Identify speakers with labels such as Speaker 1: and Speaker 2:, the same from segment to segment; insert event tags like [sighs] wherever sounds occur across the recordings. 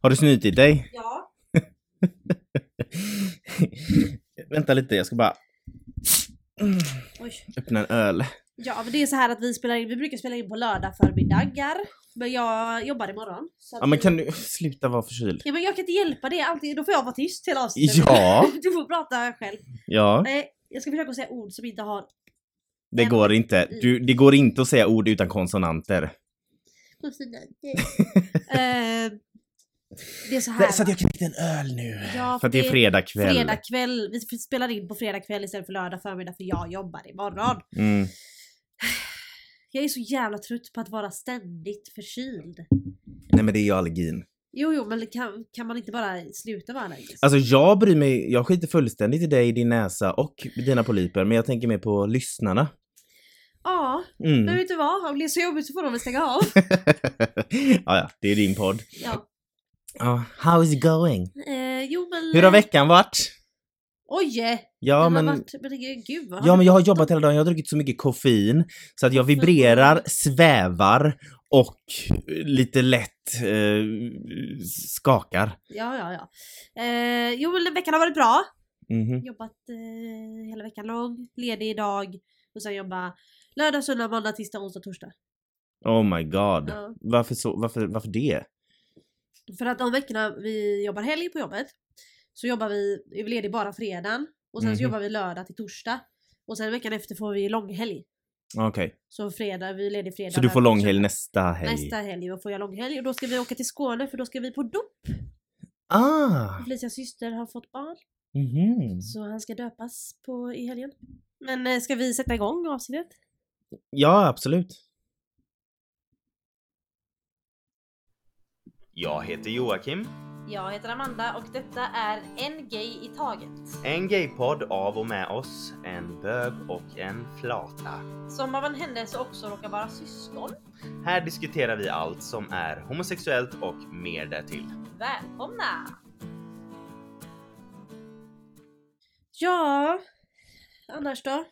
Speaker 1: Har du snutit dig? [laughs]
Speaker 2: Ja.
Speaker 1: Vänta lite, jag ska bara
Speaker 2: Oj.
Speaker 1: öppna en öl.
Speaker 2: Ja, men det är så här att vi spelar in, vi brukar spela in på lördag förmiddagar. Men jag jobbar imorgon. Så att
Speaker 1: Ja men
Speaker 2: vi-
Speaker 1: kan du sluta vara förkyld?
Speaker 2: Ja, men jag kan inte hjälpa det alltid, då får jag vara tyst hela avsnittet.
Speaker 1: Ja,
Speaker 2: [laughs] Du får prata själv.
Speaker 1: ja.
Speaker 2: Nej, jag ska försöka säga ord som inte har...
Speaker 1: Det går inte. Du, det går inte att säga ord utan konsonanter.
Speaker 2: [laughs] Eh, det är så här.
Speaker 1: Nej, Så att jag knäckte en öl nu.
Speaker 2: Ja,
Speaker 1: För att det är fredag kväll.
Speaker 2: fredag kväll. Vi spelar in på fredag kväll istället för lördag förmiddag för jag jobbar imorgon.
Speaker 1: Mm.
Speaker 2: Jag är så jävla trött på att vara ständigt förkyld.
Speaker 1: Nej men det är ju allergin.
Speaker 2: Jo, jo, men kan, kan man inte bara sluta vara allergisk?
Speaker 1: Alltså jag bryr mig, jag skiter fullständigt i dig, din näsa och dina polyper men jag tänker mer på lyssnarna.
Speaker 2: Ja, men
Speaker 1: Mm.
Speaker 2: vet du vad? Om det är så jobbigt så får de väl stänga av.
Speaker 1: [laughs] ja, ja, det är din podd.
Speaker 2: Ja.
Speaker 1: Ja, how is it going?
Speaker 2: Eh, jo, men...
Speaker 1: Hur har veckan varit?
Speaker 2: Oj!
Speaker 1: Ja
Speaker 2: den
Speaker 1: men,
Speaker 2: har varit... Men det- gud, vad har
Speaker 1: ja
Speaker 2: du-
Speaker 1: men jag har jobbat hela dagen, jag har druckit så mycket koffein så att jag
Speaker 2: Mm.
Speaker 1: vibrerar, svävar och lite lätt eh, skakar.
Speaker 2: Ja, ja, ja. Eh, jo, men veckan har varit bra.
Speaker 1: Mhm.
Speaker 2: Jobbat eh, hela veckan lång, ledig idag och sen jobba lördag, söndag, måndag, tisdag, onsdag, torsdag.
Speaker 1: Oh my god.
Speaker 2: Ja.
Speaker 1: Varför, så, varför, varför det?
Speaker 2: För att de veckorna vi jobbar helg på jobbet så jobbar vi, är vi ledig bara fredagen och sen
Speaker 1: Mhm.
Speaker 2: så jobbar vi lördag till torsdag och sen veckan efter får vi långhelg.
Speaker 1: Ah, Okej,
Speaker 2: Så fredag, vi är ledig fredag.
Speaker 1: så du får
Speaker 2: lördag,
Speaker 1: långhelg
Speaker 2: söndag.
Speaker 1: nästa helg?
Speaker 2: Nästa helg och får jag långhelg och då ska vi åka till Skåne för då ska vi på dop.
Speaker 1: Ah!
Speaker 2: Felicias syster har fått barn
Speaker 1: Mhm.
Speaker 2: så han ska döpas på, i helgen. Men eh, ska vi sätta igång avsnittet?
Speaker 1: Ja, absolut. Jag heter Joakim,
Speaker 2: Jag heter Amanda och detta är En Gay i Taget.
Speaker 1: en gaypodd av och med oss, en bög och en flata.
Speaker 2: Som av en händelse också råkar vara syskon.
Speaker 1: Här diskuterar vi allt som är homosexuellt och mer därtill.
Speaker 2: Välkomna! Ja, annars då?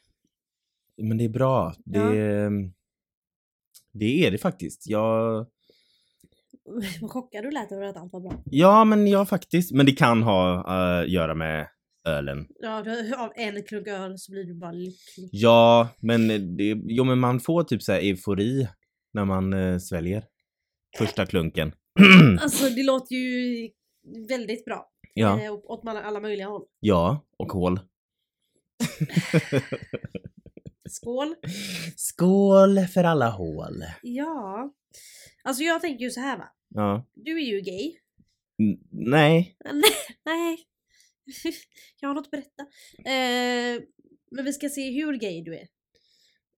Speaker 2: [laughs]
Speaker 1: Men det är bra. Det, det är det faktiskt. Jag,
Speaker 2: Vad chockad du lät över att allt var bra.
Speaker 1: ja, men jag faktiskt. Men det kan ha att göra med ölen.
Speaker 2: Ja, du- av en klunk öl så blir du bara lycklig.
Speaker 1: Ja, men det, jo, men man får typ så här eufori när man eh, sväljer första klunken. [clears throat]
Speaker 2: Alltså det låter ju väldigt bra.
Speaker 1: ja.
Speaker 2: Eh, åt alla, alla möjliga håll.
Speaker 1: Ja, och hål.
Speaker 2: Skål!
Speaker 1: Skål för alla hål.
Speaker 2: Ja. Alltså jag tänker ju så här va.
Speaker 1: Ja.
Speaker 2: Du är ju gay.
Speaker 1: N- nej.
Speaker 2: Nej. [laughs] Jag har något att berätta. Eh, men vi ska se hur gay du är.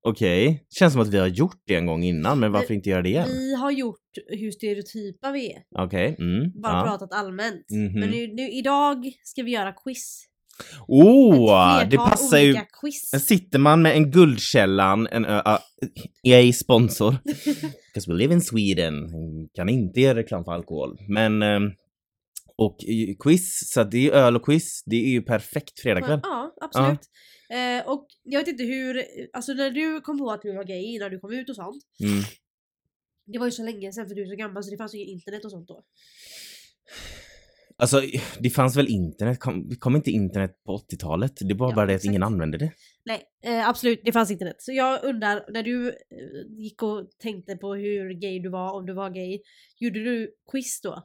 Speaker 1: Okej. Känns som att vi har gjort det en gång innan, men varför inte göra det igen?
Speaker 2: Vi har gjort hur stereotypa vi är.
Speaker 1: Okej. Mm.
Speaker 2: Bara
Speaker 1: ja.
Speaker 2: pratat allmänt.
Speaker 1: Mhm.
Speaker 2: Men nu, nu, idag ska vi göra quiz. Ett
Speaker 1: Åh, Oh, det
Speaker 2: flertal
Speaker 1: passar ju.
Speaker 2: olika quiz.
Speaker 1: Sitter man med en Guldkällan, en ö- ö- EA
Speaker 2: [laughs]
Speaker 1: sponsor. Because we live in Sweden. Kan inte göra reklam för alkohol. Men... ehm, och i- quiz, så att det är ju öl och quiz. Det är ju perfekt fredagkväll.
Speaker 2: Ja, absolut. Eh, och jag vet inte hur, alltså när du kom på att du var gay innan du kom ut och sånt.
Speaker 1: Mm.
Speaker 2: Det var ju så länge sedan för du är så gammal så det fanns ju inget internet och sånt då.
Speaker 1: Alltså, det fanns väl internet? Kom, kom inte internet på 80-talet? Det var
Speaker 2: Ja,
Speaker 1: bara det att
Speaker 2: exakt.
Speaker 1: ingen använde det.
Speaker 2: Nej, eh, absolut, det fanns internet. Så jag undrar, när du eh, gick och tänkte på hur gay du var, om du var gay, gjorde du quiz då?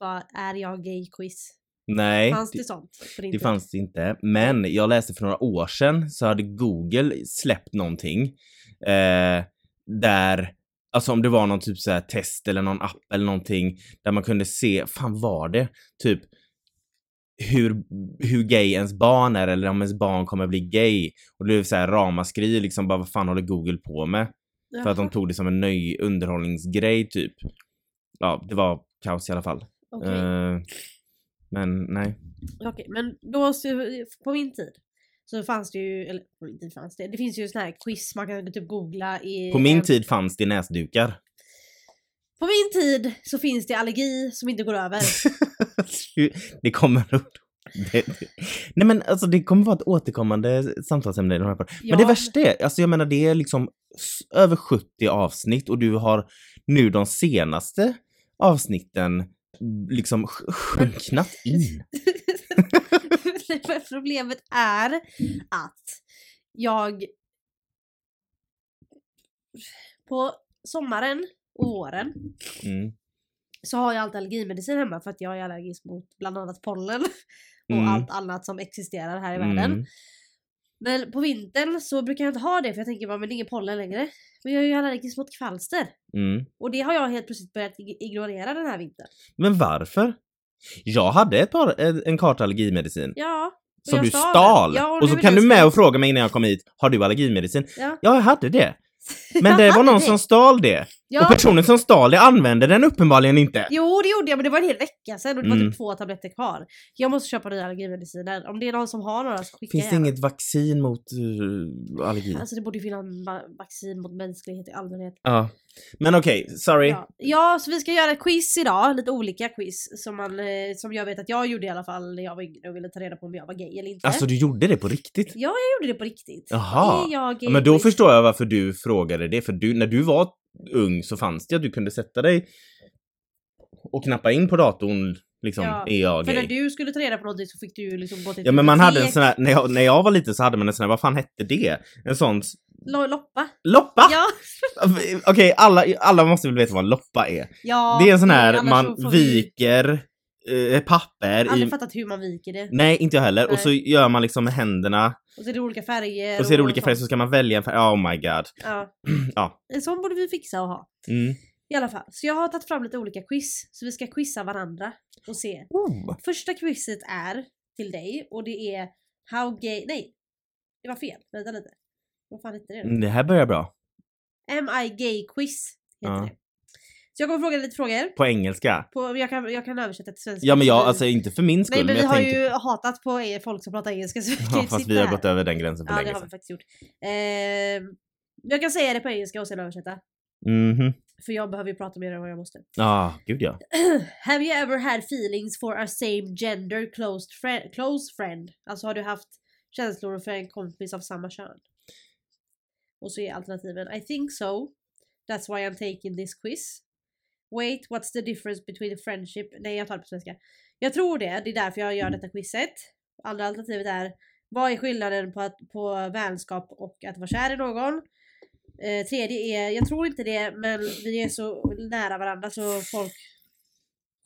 Speaker 2: Bara, är jag gay-quiz?
Speaker 1: Nej,
Speaker 2: Fanns det
Speaker 1: det,
Speaker 2: sånt? på
Speaker 1: det
Speaker 2: internet?
Speaker 1: fanns det inte. Men jag läste för några år sedan så hade Google släppt någonting eh, där, alltså om det var någon typ så här test eller någon app eller någonting där man kunde se, fan var det typ hur, hur gay ens barn är eller om ens barn kommer bli gay. Och det blev så här ramaskri liksom bara vad fan håller Google på med? För att de
Speaker 2: Jaha,
Speaker 1: tog det som en nöj underhållningsgrej typ. Ja, det var kaos i alla fall.
Speaker 2: Okej,
Speaker 1: Eh, men nej.
Speaker 2: okej. men då, så- på min tid, så fanns det ju, eller på min tid fanns det, det finns ju såna här quiz man kan typ googla i...
Speaker 1: På min
Speaker 2: en-
Speaker 1: tid fanns det näsdukar. [laughs]
Speaker 2: På min tid så finns det allergi som inte går över.
Speaker 1: det kommer upp. Det, det. Nej men alltså det kommer vara ett återkommande samtalsämne i den här podden. [laughs] Men det
Speaker 2: Ja,
Speaker 1: värsta är, alltså jag menar det är liksom s- över 70 avsnitt och du har nu de senaste avsnitten liksom sj- sjunknat in.
Speaker 2: Nej, [laughs] men Problemet är att jag på sommaren och våren
Speaker 1: Mm.
Speaker 2: så har jag alltid allergimedicin hemma för att jag är allergisk mot bland annat pollen [laughs] och
Speaker 1: Mm.
Speaker 2: allt annat som existerar här i
Speaker 1: Mm.
Speaker 2: världen. Men på vintern så brukar jag inte ha det för jag tänker bara men det är inget pollen längre. Men jag är ju allergisk mot kvalster
Speaker 1: Mm.
Speaker 2: och det har jag helt plötsligt börjat ig- ignorera den här vintern.
Speaker 1: Men varför? Jag hade ett par, eh, en- en karta allergimedicin.
Speaker 2: Ja. och
Speaker 1: Som
Speaker 2: jag
Speaker 1: du
Speaker 2: den.
Speaker 1: stal!
Speaker 2: Ja,
Speaker 1: och
Speaker 2: nu
Speaker 1: så
Speaker 2: vill
Speaker 1: kan
Speaker 2: jag
Speaker 1: du med
Speaker 2: slut.
Speaker 1: och fråga mig innan jag kom hit, har du allergimedicin?
Speaker 2: Ja.
Speaker 1: Ja, jag hade det. Men
Speaker 2: [laughs] Jag
Speaker 1: det var
Speaker 2: hade
Speaker 1: någon som stal det.
Speaker 2: Ja.
Speaker 1: Och personen som stal det använde den uppenbarligen inte.
Speaker 2: Jo det gjorde jag men det var en hel vecka sedan och det var
Speaker 1: Mm.
Speaker 2: typ två tabletter kvar. Jag måste köpa nya allergimediciner. Om det är någon som har några så skicka
Speaker 1: Finns det
Speaker 2: gärna.
Speaker 1: inget vaccin mot eh, allergi?
Speaker 2: Alltså det borde ju finnas va- vaccin mot mänsklighet i allmänhet.
Speaker 1: Ja. Men okej, sorry.
Speaker 2: Ja. ja så vi ska göra ett quiz idag, lite olika quiz som, man, eh, som jag vet att jag gjorde i alla fall när jag var yngre och ville ta reda på om jag var gay eller inte.
Speaker 1: Alltså du gjorde det på riktigt?
Speaker 2: Ja jag gjorde det på riktigt.
Speaker 1: Jaha.
Speaker 2: Är jag gay?
Speaker 1: Ja, men då
Speaker 2: Quiz.
Speaker 1: förstår jag varför du frågade det, för du, när du var ung så fanns det att du kunde sätta dig och knappa in på datorn liksom,
Speaker 2: Ja,
Speaker 1: är jag
Speaker 2: För när
Speaker 1: gay?
Speaker 2: du skulle ta reda på någonting så fick du ju liksom gå till ett
Speaker 1: Ja men man hade en
Speaker 2: bibliotek.
Speaker 1: sån här, när jag, när jag var liten så hade man en sån här, vad fan hette det? En sån s-
Speaker 2: Lo- Loppa.
Speaker 1: loppa!
Speaker 2: Ja.
Speaker 1: Okej, alla, alla måste väl veta vad en loppa är?
Speaker 2: ja.
Speaker 1: det är en sån här,
Speaker 2: annars så får
Speaker 1: man
Speaker 2: vi-
Speaker 1: viker eh, papper
Speaker 2: Aldrig
Speaker 1: i...
Speaker 2: fattat hur man viker det.
Speaker 1: Nej, inte jag heller.
Speaker 2: Nej.
Speaker 1: Och så gör man liksom med händerna
Speaker 2: Och så är det olika färger.
Speaker 1: och så är det olika färger så
Speaker 2: sånt.
Speaker 1: ska man välja en färg. Oh my god.
Speaker 2: Ja.
Speaker 1: Ja.
Speaker 2: En sån borde vi fixa och ha.
Speaker 1: Mm.
Speaker 2: I alla fall. Så jag har tagit fram lite olika quiz. Så vi ska quizza varandra och se.
Speaker 1: Oh.
Speaker 2: Första quizet är till dig och det är How gay... Nej! Det var fel. Vänta lite. Vad fan hette det? då?
Speaker 1: Det här börjar bra.
Speaker 2: Am I gay quiz heter
Speaker 1: Ja.
Speaker 2: det. Så jag kommer fråga lite frågor.
Speaker 1: På engelska.
Speaker 2: På, jag, kan, jag kan översätta till svenska.
Speaker 1: Ja men jag,
Speaker 2: Så vi-
Speaker 1: alltså inte för min skull
Speaker 2: Nej men vi
Speaker 1: jag
Speaker 2: har
Speaker 1: tänker...
Speaker 2: ju hatat på er folk som pratar engelska så vi kan
Speaker 1: [laughs]
Speaker 2: ju
Speaker 1: Ja,
Speaker 2: inte
Speaker 1: fast
Speaker 2: sitta
Speaker 1: vi har
Speaker 2: här.
Speaker 1: gått över den gränsen för
Speaker 2: Ja det
Speaker 1: länge
Speaker 2: har vi
Speaker 1: sedan.
Speaker 2: faktiskt gjort. Ehm, jag kan säga det på engelska och sen översätta.
Speaker 1: Mhm.
Speaker 2: För jag behöver ju prata mer än vad jag måste. [clears throat]
Speaker 1: Ah, gud ja.
Speaker 2: Have you ever had feelings for a same gender closed friend, close friend? Alltså har du haft känslor för en kompis av samma kön? Och så är alternativen I think so. That's why I'm taking this quiz. Wait, what's the difference between a friendship? Nej, jag tar det på svenska. Jag tror det, det är därför jag gör detta quizet. Andra alternativet är Vad är skillnaden på, att, på vänskap och att vara kär i någon? Eh, tredje är, jag tror inte det, men vi är så nära varandra så folk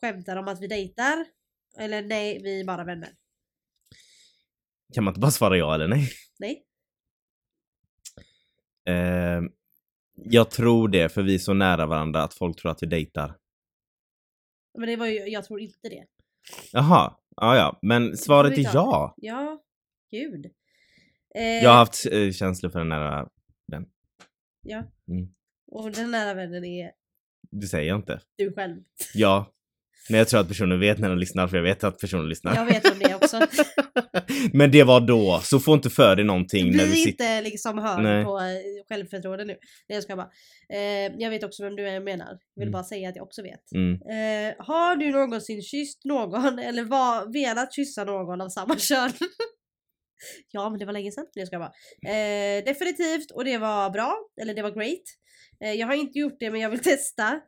Speaker 2: skämtar om att vi dejtar. Eller nej, vi är bara vänner.
Speaker 1: Kan man inte bara svara ja eller nej?
Speaker 2: Nej.
Speaker 1: Ehm, jag tror det, för vi är så nära varandra att folk tror att vi dejtar.
Speaker 2: Men det var ju, jag tror inte det.
Speaker 1: Jaha, ja ja. Men svaret
Speaker 2: vi
Speaker 1: är
Speaker 2: ta?
Speaker 1: ja.
Speaker 2: Ja, gud. Eh,
Speaker 1: Jag har haft eh, känslor för den nära...
Speaker 2: Och den nära vännen är
Speaker 1: Det säger jag inte.
Speaker 2: du själv.
Speaker 1: Ja. Men jag tror att personen vet när den lyssnar, för jag vet att personen lyssnar.
Speaker 2: Jag vet om det också.
Speaker 1: [laughs] Men det var då, så få inte för dig någonting när vi
Speaker 2: Bli
Speaker 1: sitter...
Speaker 2: inte liksom hörd
Speaker 1: Nej.
Speaker 2: på eh, självförtroende nu. Nej jag ska bara. Eh, jag vet också vem du är menar. Jag vill
Speaker 1: Mm.
Speaker 2: bara säga att jag också vet.
Speaker 1: Mm.
Speaker 2: Eh, har du någonsin kysst någon [laughs] eller var, velat kyssa någon av samma [laughs] kön? ja, men det var länge sedan. Det ska jag bara. Eh, definitivt, och det var bra. Eller det var great. Eh, jag har inte gjort det, men jag vill [laughs] testa.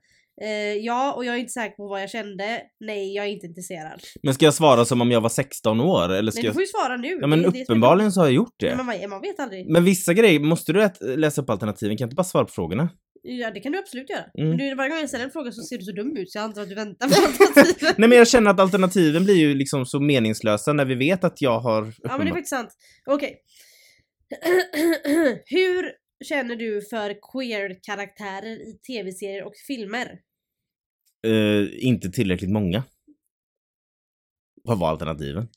Speaker 2: Eh, ja, och jag är inte säker på vad jag kände. Nej, jag är inte intresserad.
Speaker 1: Men ska jag svara som om jag var 16 år? Eller ska
Speaker 2: Nej, du
Speaker 1: jag...
Speaker 2: får ju svara nu.
Speaker 1: Ja men
Speaker 2: Det är det som är bra.
Speaker 1: uppenbarligen Mm. så har jag gjort det.
Speaker 2: Men man, man vet aldrig.
Speaker 1: Men vissa grejer, måste du ät- läsa upp alternativen? Kan jag inte bara svara på frågorna?
Speaker 2: Ja, det kan du absolut göra.
Speaker 1: Mm.
Speaker 2: Men du, varje gång jag ställer en fråga så ser du så dum ut så jag antar att du väntar på [laughs] alternativen.
Speaker 1: Nej men jag känner att alternativen blir ju liksom så meningslösa när vi vet att jag har
Speaker 2: Ja men det är
Speaker 1: uppenbar-
Speaker 2: faktiskt sant. Okej. [clears throat] Hur känner du för queer-karaktärer i tv-serier och filmer?
Speaker 1: Eh, inte tillräckligt många. Vad var alternativen?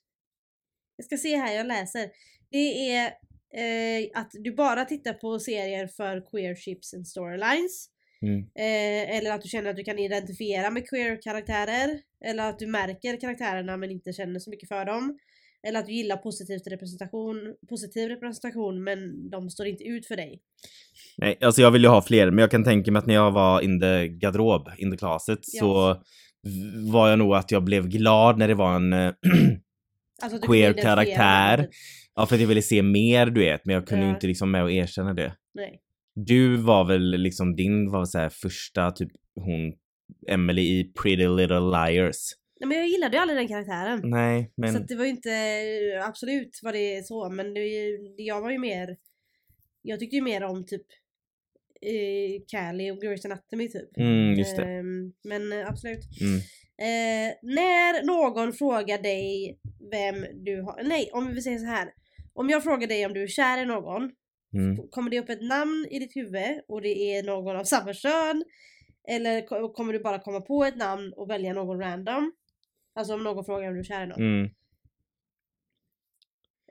Speaker 2: Jag ska se här, jag läser. Det är eh, att du bara tittar på serier för queer ships and storylines.
Speaker 1: Mm.
Speaker 2: Eh, eller att du känner att du kan identifiera med queer-karaktärer. Eller att du märker karaktärerna men inte känner så mycket för dem. Eller att du gillar positivt representation, positiv representation men de står inte ut för dig.
Speaker 1: Nej, alltså jag vill ju ha fler, men jag kan tänka mig att när jag var in the garderob, in the closet,
Speaker 2: Ja.
Speaker 1: så v- var jag nog att jag blev glad när det var en eh, [clears throat]
Speaker 2: Alltså att du kan identifiera dig med
Speaker 1: queer-karaktär.
Speaker 2: dem.
Speaker 1: Ja, för att jag ville se mer, du vet, men jag kunde ju
Speaker 2: Ja.
Speaker 1: inte liksom med och erkänna det.
Speaker 2: Nej.
Speaker 1: Du var väl liksom, din var så här första typ hon Emily i Pretty Little Liars.
Speaker 2: Nej, men jag gillade ju aldrig den karaktären.
Speaker 1: Nej,
Speaker 2: Så
Speaker 1: Mm, men
Speaker 2: att det var ju inte, eh, absolut var det så, men det, jag var ju mer, jag tyckte ju mer om typ eh, Callie och Grey's Anatomy typ.
Speaker 1: mm, just det.
Speaker 2: Ehm, men eh, absolut.
Speaker 1: Mm.
Speaker 2: Eh, när någon frågar dig vem du har, nej om vi säger så här. Om jag frågar dig om du är kär i någon,
Speaker 1: Mm.
Speaker 2: kommer det upp ett namn i ditt huvud och det är någon av samma kön? Eller ko- kommer du bara komma på ett namn och välja någon random? Alltså om någon frågar om du är kär i någon.
Speaker 1: Mm.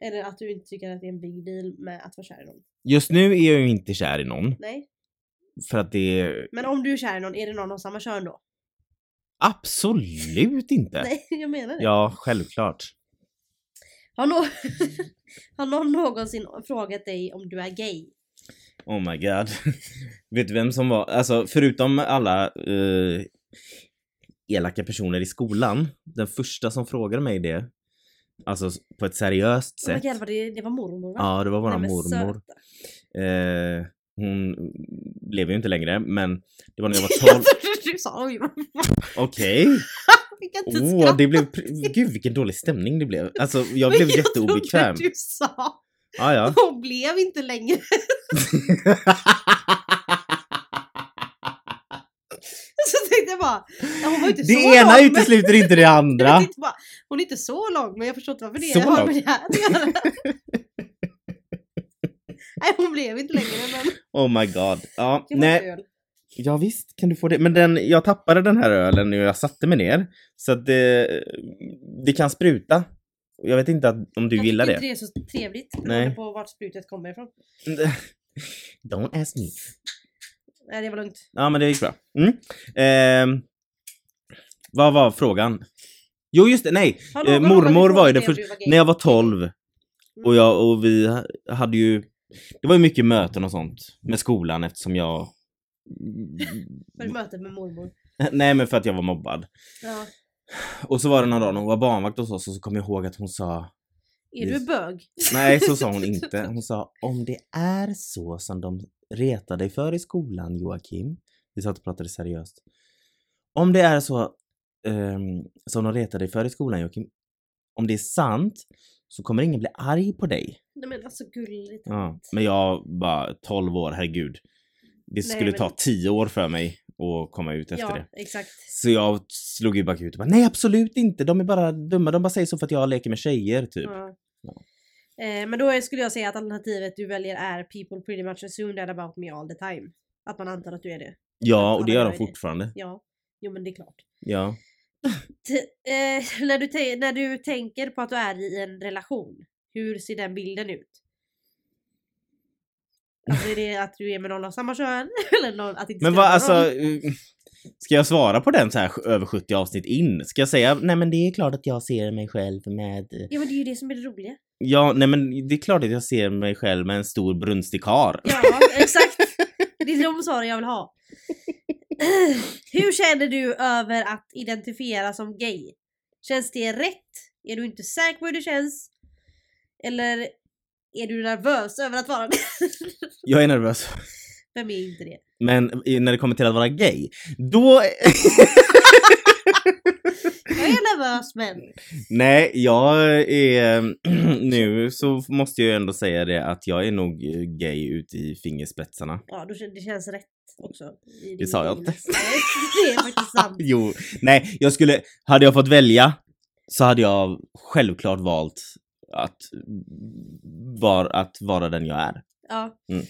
Speaker 2: Eller att du inte tycker att det är en big deal med att vara kär i någon.
Speaker 1: Just nu är jag ju inte kär i någon
Speaker 2: Nej.
Speaker 1: för att det är
Speaker 2: Men om du är kär i någon, är det någon av samma kön då?
Speaker 1: absolut inte.
Speaker 2: Nej, [laughs] jag menar det.
Speaker 1: Ja, självklart.
Speaker 2: Har, nå [laughs] har någon någonsin frågat dig om du är gay?
Speaker 1: Oh my god. [laughs] Vet du vem som var, alltså förutom alla eh, elaka personer i skolan, den första som frågade mig det, alltså s- på ett seriöst
Speaker 2: Oh my
Speaker 1: sätt.
Speaker 2: God, var det, det var mormor va?
Speaker 1: ja, det var våran
Speaker 2: Nej, men
Speaker 1: mormor.
Speaker 2: söta. [laughs]
Speaker 1: Eh, hon lever ju inte längre, men det var när jag
Speaker 2: [laughs]
Speaker 1: var 12.
Speaker 2: Jag trodde du sa oj mamma,
Speaker 1: Okej.
Speaker 2: jag kan inte
Speaker 1: Åh,
Speaker 2: skratta.
Speaker 1: det blev, pr- gud vilken dålig stämning det blev. Alltså jag blev jätteobekväm.
Speaker 2: [laughs] Jag trodde du sa.
Speaker 1: Ja,
Speaker 2: [laughs]
Speaker 1: ja.
Speaker 2: Hon blev
Speaker 1: [laughs]
Speaker 2: inte längre. Så tänkte jag bara. ja, Hon var ju inte så
Speaker 1: Det ena
Speaker 2: lång,
Speaker 1: utesluter inte det
Speaker 2: men, [laughs]
Speaker 1: andra.
Speaker 2: jag tänkte bara, Hon är inte så lång men jag förstår inte varför det
Speaker 1: Så
Speaker 2: har
Speaker 1: lång.
Speaker 2: med det här att göra. [laughs] Nej hon blev inte längre men.
Speaker 1: Oh my god. Ja,
Speaker 2: Jag
Speaker 1: nej.
Speaker 2: har öl.
Speaker 1: Ja visst kan du få det. Men den, jag tappade den här ölen när jag satte mig ner. Så att det, det kan spruta. Och Jag vet inte att, om du
Speaker 2: jag
Speaker 1: gillar
Speaker 2: tycker
Speaker 1: det.
Speaker 2: inte det är så trevligt.
Speaker 1: Nej.
Speaker 2: Beroende på vart sprutet kommer ifrån.
Speaker 1: [laughs] Don't ask me.
Speaker 2: Nej det var lugnt.
Speaker 1: Ja men det gick bra. Mm. Ehm, vad var frågan? Jo just det, nej.
Speaker 2: Har
Speaker 1: Eh,
Speaker 2: någon
Speaker 1: mormor
Speaker 2: någonsin
Speaker 1: var ju den
Speaker 2: frågat
Speaker 1: första.
Speaker 2: dig om du var gay?
Speaker 1: När jag var 12
Speaker 2: Mm.
Speaker 1: och, jag, och vi ha- hade ju... Det var ju mycket möten och sånt med skolan eftersom jag... [laughs]
Speaker 2: Var det mötet med mormor?
Speaker 1: Nej men för att jag var mobbad.
Speaker 2: Ja.
Speaker 1: Och så var det någon dag när hon var barnvakt hos oss och så kom jag ihåg att hon sa...
Speaker 2: Är du
Speaker 1: Just-
Speaker 2: bög?
Speaker 1: Nej så
Speaker 2: [laughs]
Speaker 1: sa hon inte. Hon sa om det är så som de retar dig för i skolan Joakim. Vi satt och pratade seriöst. Om det är så ehm, som de retar dig för i skolan Joakim. Om det är sant så kommer ingen bli arg på dig.
Speaker 2: Nej men alltså gulligt.
Speaker 1: Ja, men jag var 12 år, herregud. Det skulle
Speaker 2: men-
Speaker 1: ta 10 år för mig att komma ut efter
Speaker 2: ja,
Speaker 1: det.
Speaker 2: exakt.
Speaker 1: Så jag slog ju bara ut och bara, nej absolut inte, de är bara dumma, de bara säger så för att jag leker med tjejer typ.
Speaker 2: Ja.
Speaker 1: Ja.
Speaker 2: Eh, men då är- skulle jag säga att alternativet du väljer är people pretty much assume that about me all the time. Att man antar att du är det.
Speaker 1: Ja, och
Speaker 2: alla
Speaker 1: det gör
Speaker 2: gör
Speaker 1: de
Speaker 2: det.
Speaker 1: fortfarande.
Speaker 2: Ja, jo men det är klart.
Speaker 1: Ja.
Speaker 2: T- eh, [laughs] när, du te- när du tänker på att du är i en relation, hur ser den bilden ut? Alltså är det att du är med någon av samma kön? [laughs] Eller någon, att det inte
Speaker 1: Men
Speaker 2: spelar
Speaker 1: vad,
Speaker 2: någon
Speaker 1: alltså,
Speaker 2: roll?
Speaker 1: eh, ska jag svara på den så här över 70 avsnitt in? Ska jag säga, nej men det är klart att jag ser mig själv med...
Speaker 2: Ja men det är ju det som är det roliga.
Speaker 1: Ja, nej men det är klart att jag ser mig själv med en stor brunstig karl.
Speaker 2: Ja, exakt. Det är de svaren jag
Speaker 1: [laughs]
Speaker 2: vill ha. Hur känner du över att identifiera som gay? Känns det rätt? Är du inte säker på hur det känns? Eller är du nervös över att vara det?
Speaker 1: Jag är nervös.
Speaker 2: Vem är inte det?
Speaker 1: Men i- när det kommer till att vara gay, då... [laughs]
Speaker 2: Jag är nervös men.
Speaker 1: Nej, jag är... [clears throat] nu så måste jag ändå säga det att jag är nog eh, gay ut i fingerspetsarna.
Speaker 2: Ja, då, kän- det känns rätt också. i din
Speaker 1: Det sa jag
Speaker 2: bild.
Speaker 1: inte.
Speaker 2: Nej, [laughs] Det är faktiskt sant.
Speaker 1: Jo, nej, jag skulle... Hade jag fått välja så hade jag självklart valt att, var, att vara den jag
Speaker 2: [laughs]
Speaker 1: är.
Speaker 2: Ja.
Speaker 1: Mm.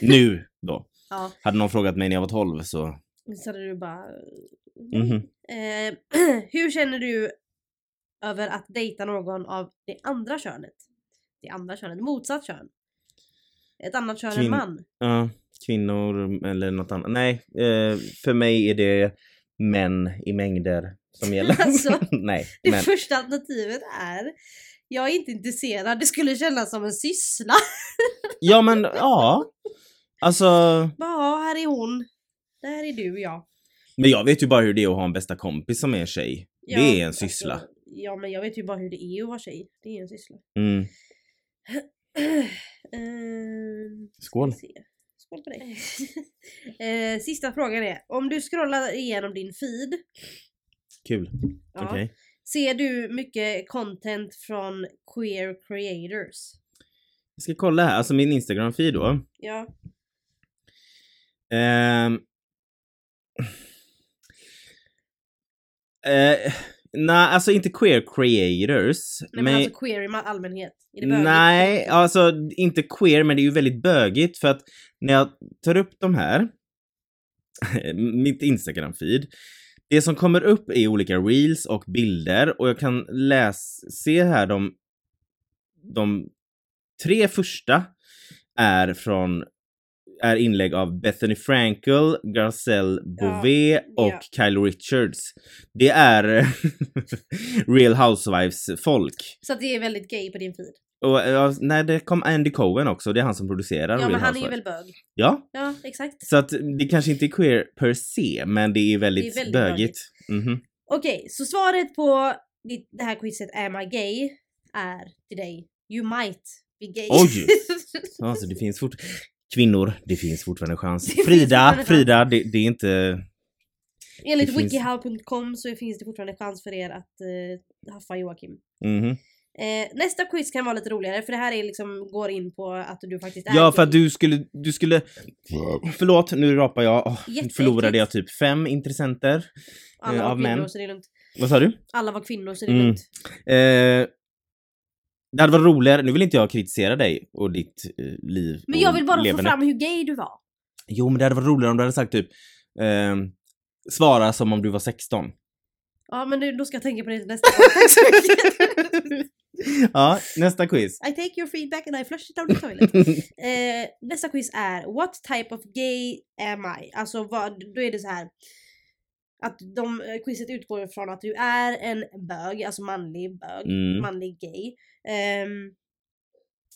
Speaker 1: Nu då.
Speaker 2: ja.
Speaker 1: Hade någon frågat mig när jag var 12 så...
Speaker 2: Så hade du bara...
Speaker 1: Mhm.
Speaker 2: Eh, [clears throat] hur känner du över att dejta någon av det andra könet? Det andra könet, motsatt kön. Ett annat kön
Speaker 1: Kvinn-
Speaker 2: än man. [laughs]
Speaker 1: Ja, kvinnor eller något annat. Nej, eh, för mig är det män i mängder som gäller.
Speaker 2: [laughs] Alltså,
Speaker 1: [laughs] nej,
Speaker 2: Det
Speaker 1: men
Speaker 2: första alternativet är jag är inte intresserad, det skulle kännas som en syssla. [laughs]
Speaker 1: Ja men ja. Alltså,
Speaker 2: Bara, Ja, här är hon. Där är du, ja.
Speaker 1: men jag vet ju bara hur det är att ha en bästa kompis som är en tjej.
Speaker 2: ja
Speaker 1: det är en syssla.
Speaker 2: Alltså, ja, men jag vet ju bara hur det är att vara tjej. Det är en [clears throat] syssla.
Speaker 1: Mm.
Speaker 2: Ehm,
Speaker 1: Skål.
Speaker 2: se. Skål på dig. [laughs] eh, sista frågan är, om du scrollar igenom din feed,
Speaker 1: Kul.
Speaker 2: ja,
Speaker 1: Okej.
Speaker 2: ser du mycket content från queer creators?
Speaker 1: Jag ska kolla här, alltså min Instagram-feed då.
Speaker 2: Ja.
Speaker 1: Ehm. Eh, Nej, alltså inte queer creators.
Speaker 2: Nej men, alltså queer i ma- allmänhet. Är det liksom. bögigt?
Speaker 1: Nej, alltså inte queer, men det är ju väldigt bögigt för att när jag tar upp de här, [laughs] mitt Instagram-feed, det som kommer upp är olika reels och bilder och jag kan läs, se här de, de tre första är från är inlägg av Bethany Frankel, Garcelle Beauvais
Speaker 2: ja.
Speaker 1: och Kyle Richards. Det är [laughs] Real Housewives-folk.
Speaker 2: Så att det är väldigt gay på din feed.
Speaker 1: Och, eh, ja, nej, det kom Andy Cohen också. Det är han som producerar
Speaker 2: Ja
Speaker 1: Real
Speaker 2: men han är ju
Speaker 1: Housewives.
Speaker 2: väl bög.
Speaker 1: Ja,
Speaker 2: Ja exakt.
Speaker 1: så att det kanske inte är queer per se, men det är väldigt,
Speaker 2: Det är väldigt
Speaker 1: bögigt. Mhm.
Speaker 2: Okej, så svaret på ditt- det här quizet Am I gay? är till dig You might be gay. [laughs]
Speaker 1: Oj! Alltså det finns fort... Kvinnor, det finns fortfarande chans.
Speaker 2: [laughs] Det finns
Speaker 1: Frida,
Speaker 2: fortfarande
Speaker 1: Frida, det, det är inte...
Speaker 2: Enligt
Speaker 1: Det finns-
Speaker 2: wikihow.com så finns det fortfarande chans för er att eh, haffa Joakim.
Speaker 1: Mhm.
Speaker 2: Eh, nästa quiz kan vara lite roligare för det här är liksom, går in på att du faktiskt är
Speaker 1: Ja, för att
Speaker 2: gay.
Speaker 1: du skulle... Du skulle... Förlåt, nu rapar jag. Åh, nu
Speaker 2: Jätteäckligt.
Speaker 1: förlorade jag typ fem intressenter.
Speaker 2: Alla
Speaker 1: eh,
Speaker 2: var
Speaker 1: av
Speaker 2: kvinnor
Speaker 1: män.
Speaker 2: så det är lugnt.
Speaker 1: Vad sa du?
Speaker 2: Alla var kvinnor så det är
Speaker 1: Mm.
Speaker 2: lugnt.
Speaker 1: Eh, det hade varit roligare, nu vill inte jag kritisera dig och ditt eh, liv
Speaker 2: Men
Speaker 1: och
Speaker 2: jag vill bara få
Speaker 1: leverne.
Speaker 2: fram hur gay du var.
Speaker 1: Jo men det hade varit roligare om du hade sagt typ ehm, Svara som om du var 16.
Speaker 2: Ja men du, då ska jag tänka på det till nästa
Speaker 1: [laughs]
Speaker 2: gång. Tack så mycket.
Speaker 1: ja, nästa
Speaker 2: [laughs]
Speaker 1: quiz. Mm,
Speaker 2: I take your feedback and I flush it down the toilet. Eh, nästa quiz är What type of gay am I? Alltså vad, då är det så här att de, eh, quizet utgår från att du är en bög, alltså manlig bög,
Speaker 1: Mm.
Speaker 2: manlig gay. Ehm,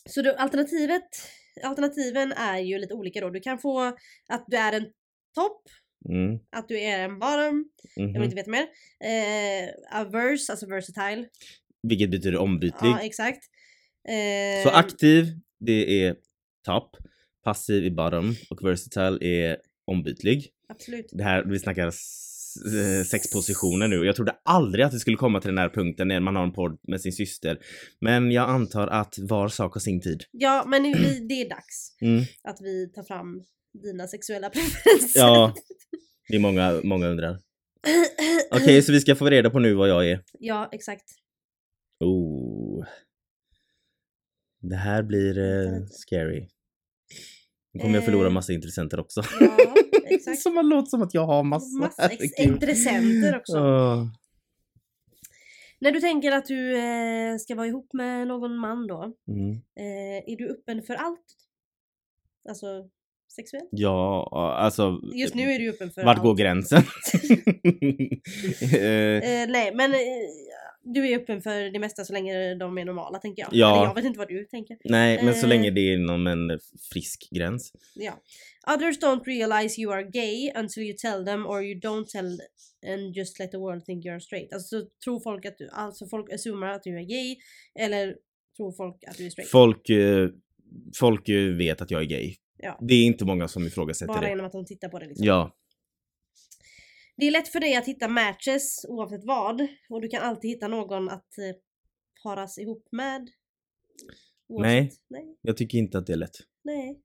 Speaker 2: så då, alternativet, alternativen är ju lite olika då. Du kan få att du är en topp,
Speaker 1: Mm,
Speaker 2: att du är en bottom, jag vill
Speaker 1: mhm.
Speaker 2: inte veta mer. Eh, averse, alltså versatile.
Speaker 1: Vilket betyder ombytlig.
Speaker 2: Ja exakt. Ehm,
Speaker 1: Så aktiv, det är top. Passiv i bottom och versatile är ombytlig.
Speaker 2: absolut.
Speaker 1: Det här, vi snackar s- eh, sex positioner nu. Jag trodde aldrig att det skulle komma till den här punkten när man har en podd med sin syster. Men jag antar att var sak har sin tid.
Speaker 2: Ja men vi, det är dags.
Speaker 1: Mm.
Speaker 2: att vi tar fram dina sexuella [laughs] preferenser. [clears throat]
Speaker 1: Ja, det är många, många undrar. Okej, så vi ska få reda på nu vad jag är.
Speaker 2: ja exakt.
Speaker 1: Oh. Det här blir eh, scary. Nu kommer jag förlora
Speaker 2: Eh.
Speaker 1: massa intressenter också.
Speaker 2: Ja,
Speaker 1: [laughs]
Speaker 2: exakt.
Speaker 1: som man låter som att jag har massa.
Speaker 2: Massa ex-
Speaker 1: Herregud.
Speaker 2: intressenter också.
Speaker 1: Åh.
Speaker 2: När du tänker att du eh, ska vara ihop med någon man då,
Speaker 1: Mm.
Speaker 2: eh, är du öppen för allt? Alltså sexuellt?
Speaker 1: Ja, alltså.
Speaker 2: Just nu är du öppen för
Speaker 1: Vart
Speaker 2: allt.
Speaker 1: går
Speaker 2: [laughs]
Speaker 1: gränsen? [laughs] Eh,
Speaker 2: Eh, nej men eh, du är öppen för det mesta så länge de är normala tänker jag.
Speaker 1: Ja.
Speaker 2: Eller jag vet inte vad du tänker.
Speaker 1: Nej, men så
Speaker 2: eh.
Speaker 1: länge det är inom en frisk gräns.
Speaker 2: Ja. Others don't realize you are gay until you tell them or you don't tell and just let the world think you are straight. Alltså så tror folk att du, alltså folk assumar att du är gay eller tror folk att du är straight.
Speaker 1: Folk, eh, folk eh, vet att jag är gay.
Speaker 2: Ja.
Speaker 1: Det är inte många som ifrågasätter
Speaker 2: Bara
Speaker 1: det.
Speaker 2: genom att de tittar på det liksom.
Speaker 1: Ja.
Speaker 2: Det är lätt för dig att hitta matches oavsett vad och du kan alltid hitta någon att eh, paras ihop med.
Speaker 1: Nej.
Speaker 2: Nej.
Speaker 1: Jag tycker inte att det är lätt.
Speaker 2: Nej.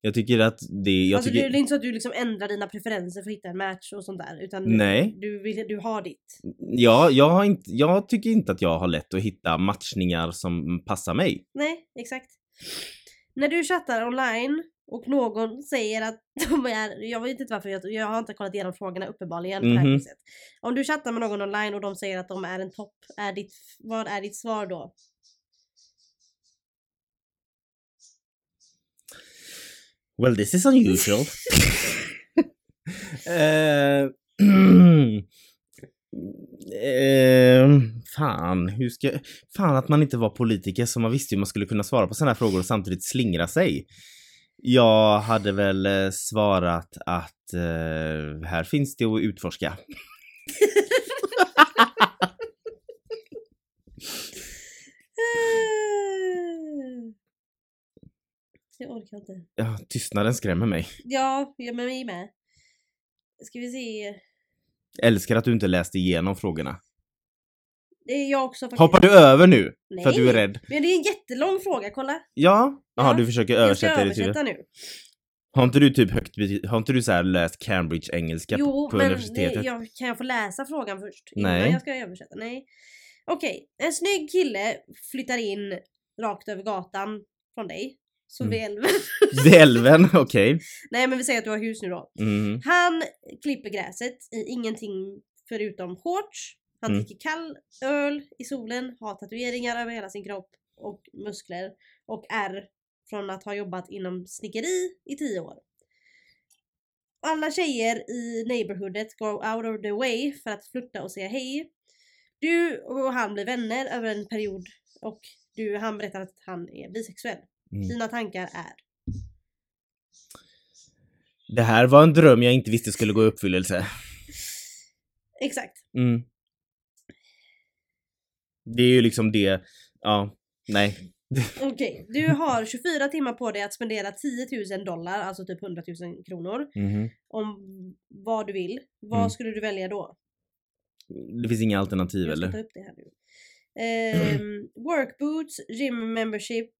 Speaker 1: Jag tycker att det... Jag
Speaker 2: alltså
Speaker 1: tycker...
Speaker 2: det, det är inte så att du liksom ändrar dina preferenser för att hitta en match och sånt där utan
Speaker 1: Nej.
Speaker 2: du, vill, du har ditt.
Speaker 1: Ja, jag, har inte, jag tycker inte att jag har lätt att hitta matchningar som passar mig.
Speaker 2: Nej, exakt. När du chattar online och någon säger att [laughs] de är, jag vet inte varför, jag, jag har inte kollat igenom frågorna uppenbarligen på det här
Speaker 1: Mhm.
Speaker 2: viset. Om du chattar med någon online och de säger att de är en topp, är ditt, vad är ditt svar då? [laughs]
Speaker 1: Well, this is unusual. [laughs] Eh, [clears throat] eh, fan, hur ska... Fan att man inte var politiker så man visste hur man skulle kunna svara på sådana här frågor och samtidigt slingra sig. Jag hade väl eh, svarat att eh, här finns det att utforska.
Speaker 2: Jag orkar jag inte.
Speaker 1: Ja, tystnaden skrämmer mig.
Speaker 2: Ja, ja men vi med. Ska vi se.
Speaker 1: Älskar att du inte läste igenom frågorna.
Speaker 2: Det är jag också faktiskt.
Speaker 1: Hoppar du över nu?
Speaker 2: Nej,
Speaker 1: För att du är rädd?
Speaker 2: men det är en jättelång fråga, kolla.
Speaker 1: Ja? Jaha,
Speaker 2: Ja,
Speaker 1: du försöker
Speaker 2: Jag ska
Speaker 1: översätta det till...
Speaker 2: översätta nu.
Speaker 1: Har inte du typ högt betyg? Har inte du så här läst Cambridge-engelska
Speaker 2: Jo,
Speaker 1: på, på
Speaker 2: men
Speaker 1: universitetet?
Speaker 2: det, jag, kan jag få läsa frågan först?
Speaker 1: Nej.
Speaker 2: Innan jag ska översätta? Nej. Okej, en snygg kille flyttar in rakt över gatan från dig. Så
Speaker 1: Mm.
Speaker 2: vid elven.
Speaker 1: Delven, [laughs] okej.
Speaker 2: [laughs] Nej men vi säger att du har hus nu då.
Speaker 1: Mm.
Speaker 2: Han klipper gräset i ingenting förutom shorts. Han
Speaker 1: Mm.
Speaker 2: dricker kall öl i solen, har tatueringar över hela sin kropp och muskler och är från att ha jobbat inom snickeri i 10 år. Alla tjejer i neighborhoodet går out of the way för att flirta och säga hej. Du och han blir vänner över en period och du, han berättar att han är bisexuell.
Speaker 1: Mm.
Speaker 2: Dina tankar är?
Speaker 1: Det här var en dröm jag inte visste skulle gå i uppfyllelse.
Speaker 2: Exakt.
Speaker 1: Mm. Det är ju liksom det, ja, nej.
Speaker 2: Okej, du har 24 timmar på dig att spendera 10 000 dollar, alltså typ 100 000 kronor,
Speaker 1: Mhm.
Speaker 2: om vad du vill. Vad
Speaker 1: Mm.
Speaker 2: skulle du välja då?
Speaker 1: Det finns inga alternativ
Speaker 2: Jag ska ta
Speaker 1: eller? Mm.
Speaker 2: upp det här nu. Ehm, workboots, gym membership,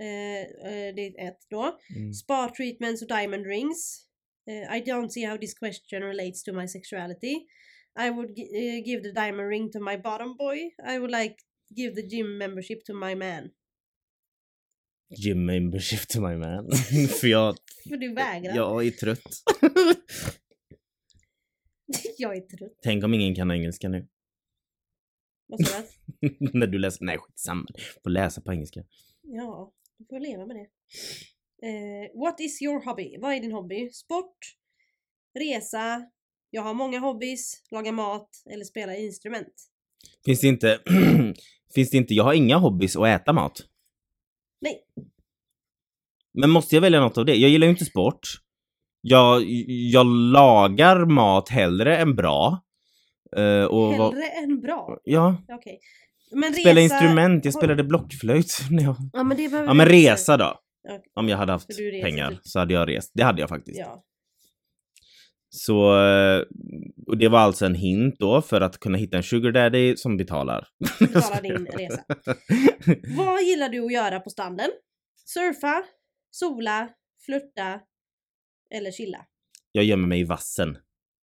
Speaker 2: eh, eh, det är ett då.
Speaker 1: Mm.
Speaker 2: Spa treatments och diamond rings. Eh, I don't see how this question relates to my sexuality. I would gi- eh, give the diamond ring to my bottom boy. I would like give the gym membership to my man.
Speaker 1: Gym membership to my man. [laughs] För jag,
Speaker 2: För du vägrar.
Speaker 1: jag är trött.
Speaker 2: [laughs] Jag är trött.
Speaker 1: Tänk om ingen kan engelska nu.
Speaker 2: Vad sa du?
Speaker 1: [laughs] När du läser, nej skitsamma. Får läsa på engelska.
Speaker 2: Ja, du får leva med det. Eh, what is your hobby? Vad är din hobby? Sport? Resa? Jag har många hobbies. Laga mat eller spela instrument.
Speaker 1: Finns det inte, [clears throat] finns det inte, jag har inga hobbys att äta mat.
Speaker 2: Nej.
Speaker 1: Men måste jag välja något av det? Jag gillar ju inte sport. Jag, jag lagar mat hellre än bra. Eh, och vad-
Speaker 2: Hellre än bra.
Speaker 1: ja,
Speaker 2: Ja, Okej. Men
Speaker 1: spela
Speaker 2: resa...
Speaker 1: instrument. Jag
Speaker 2: Har-
Speaker 1: spelade blockflöjt. [laughs] när jag-
Speaker 2: Ja men det behöver
Speaker 1: Ja men
Speaker 2: du inte.
Speaker 1: resa då.
Speaker 2: Ja.
Speaker 1: Om jag hade haft
Speaker 2: Så du reser
Speaker 1: pengar
Speaker 2: typ.
Speaker 1: så hade jag rest. Det hade jag faktiskt. [laughs]
Speaker 2: Ja.
Speaker 1: Så, eh, och det var alltså en hint då för att kunna hitta en sugar daddy som betalar. [laughs]
Speaker 2: Betala din resa. Vad gillar du att göra på stranden? Surfa? Sola? Flirta? Eller chilla?
Speaker 1: Jag gömmer mig i vassen.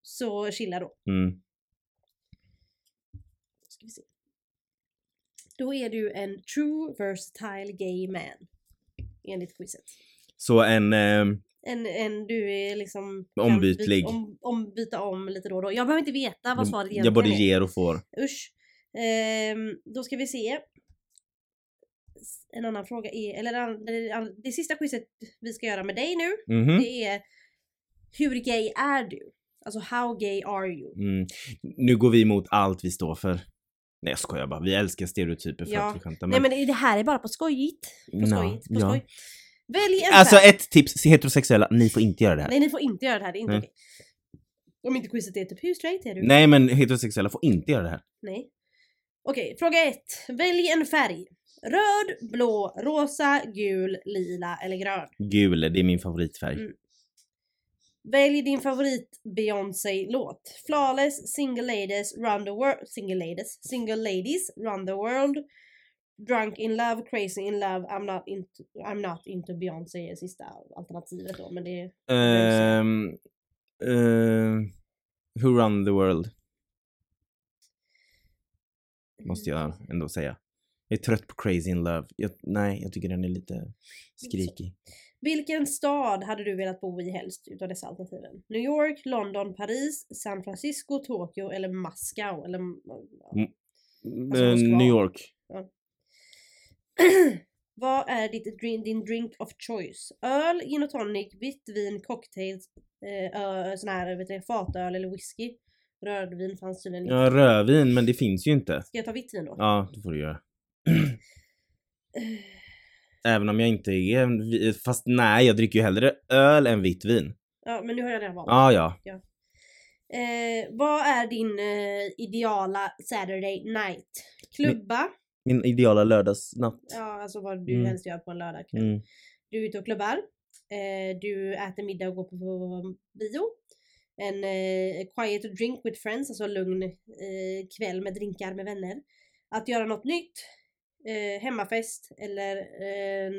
Speaker 2: Så chilla då.
Speaker 1: Mm.
Speaker 2: Ska vi se. Då är du en true versatile gay man. Enligt quizet.
Speaker 1: Så en... ehm,
Speaker 2: En, en du är liksom... kan
Speaker 1: Ombytlig.
Speaker 2: byta Om, om, byta om lite då och då. Jag behöver inte veta vad svaret egentligen
Speaker 1: Jag både
Speaker 2: är.
Speaker 1: ger och får.
Speaker 2: Usch. Ehm, då ska vi se. S- En annan fråga är, eller en annan- det, an- det sista quizet vi ska göra med dig nu,
Speaker 1: Mhm.
Speaker 2: det är Hur gay är du? Alltså how gay are you?
Speaker 1: Mm. Nu går vi emot allt vi står för. Nej jag skojar bara, vi älskar stereotyper för
Speaker 2: Ja.
Speaker 1: att vi skämtar.
Speaker 2: Nej men det det här är bara på skojigt. På
Speaker 1: Nå,
Speaker 2: skojigt, på
Speaker 1: ja.
Speaker 2: skoj. Välj en
Speaker 1: Alltså
Speaker 2: färg.
Speaker 1: ett tips, heterosexuella, ni får inte göra det här. Nej,
Speaker 2: Nej ni får inte göra det här, det är inte
Speaker 1: Nej.
Speaker 2: okej. Om inte quizet är typ hur straight är du?
Speaker 1: men heterosexuella får inte göra det här.
Speaker 2: Nej. Okej, fråga ett. Välj en färg. Röd, blå, rosa, gul, lila eller grön.
Speaker 1: Gul, det är min favoritfärg.
Speaker 2: Mm. Välj din favorit Beyoncé-låt. Flawless, Single Ladies, Run the World, Single Ladies, Single Ladies, Run the World, Drunk in Love, Crazy in Love, I'm not into, I'm not into Beyoncé är sista alternativet då men det är
Speaker 1: Ehm, ehm, who run the world? Måste jag ändå säga. Jag är trött på crazy in love. Jag, nej, jag tycker den är lite skrikig.
Speaker 2: Vilken stad hade du velat bo i helst utav dessa alternativen? New York, London, Paris, San Francisco, Tokyo eller Moskau eller... [clears throat] Alltså,
Speaker 1: Eh,
Speaker 2: Moskva.
Speaker 1: New York.
Speaker 2: Vad är ditt drink, din drink of choice? Öl, gin och tonic, vitt vin, cocktails, eh, ö, sån här vet du, fatöl eller whisky. Rödvin fanns tydligen inte.
Speaker 1: Ja, rödvin, men det finns ju inte.
Speaker 2: Ska jag ta vitt vin då?
Speaker 1: Ja, det får du göra. Även om jag inte är... en vi- Fast nej, jag dricker ju hellre öl än vitt vin.
Speaker 2: [sighs] Ja, men nu har jag redan valt.
Speaker 1: Ah, ja,
Speaker 2: Eh, vad är din eh, ideala Saturday night? Klubba,
Speaker 1: min ideala lördagsnatt.
Speaker 2: ja alltså vad du
Speaker 1: Mm.
Speaker 2: helst gör på en lördagkväll.
Speaker 1: Mm.
Speaker 2: Du är ute och klubbar. Eh, du äter middag och går på, på bio. En eh, quiet drink with friends, alltså lugn eh, kväll med drinkar med vänner. Att göra något nytt, eh, hemmafest eller eh,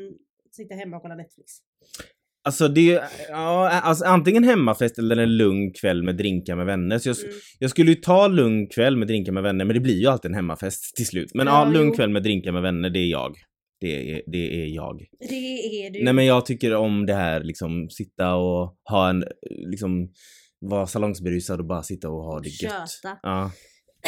Speaker 2: sitta hemma och kolla Netflix.
Speaker 1: Alltså det är ju, ja, alltså antingen hemmafest eller en lugn kväll med drinkar med vänner. Så jag, s-
Speaker 2: Mm.
Speaker 1: jag skulle ju ta lugn kväll med drinkar med vänner men det blir ju alltid en hemmafest till slut. Men ja,
Speaker 2: Ja,
Speaker 1: lugn
Speaker 2: jo.
Speaker 1: kväll med drinkar med vänner, det är jag. Det är, det är jag.
Speaker 2: Det är du.
Speaker 1: Nej men jag tycker om det här liksom sitta och ha en, liksom vara salongsberusad och bara sitta och ha det gött.
Speaker 2: Köta.
Speaker 1: Ja.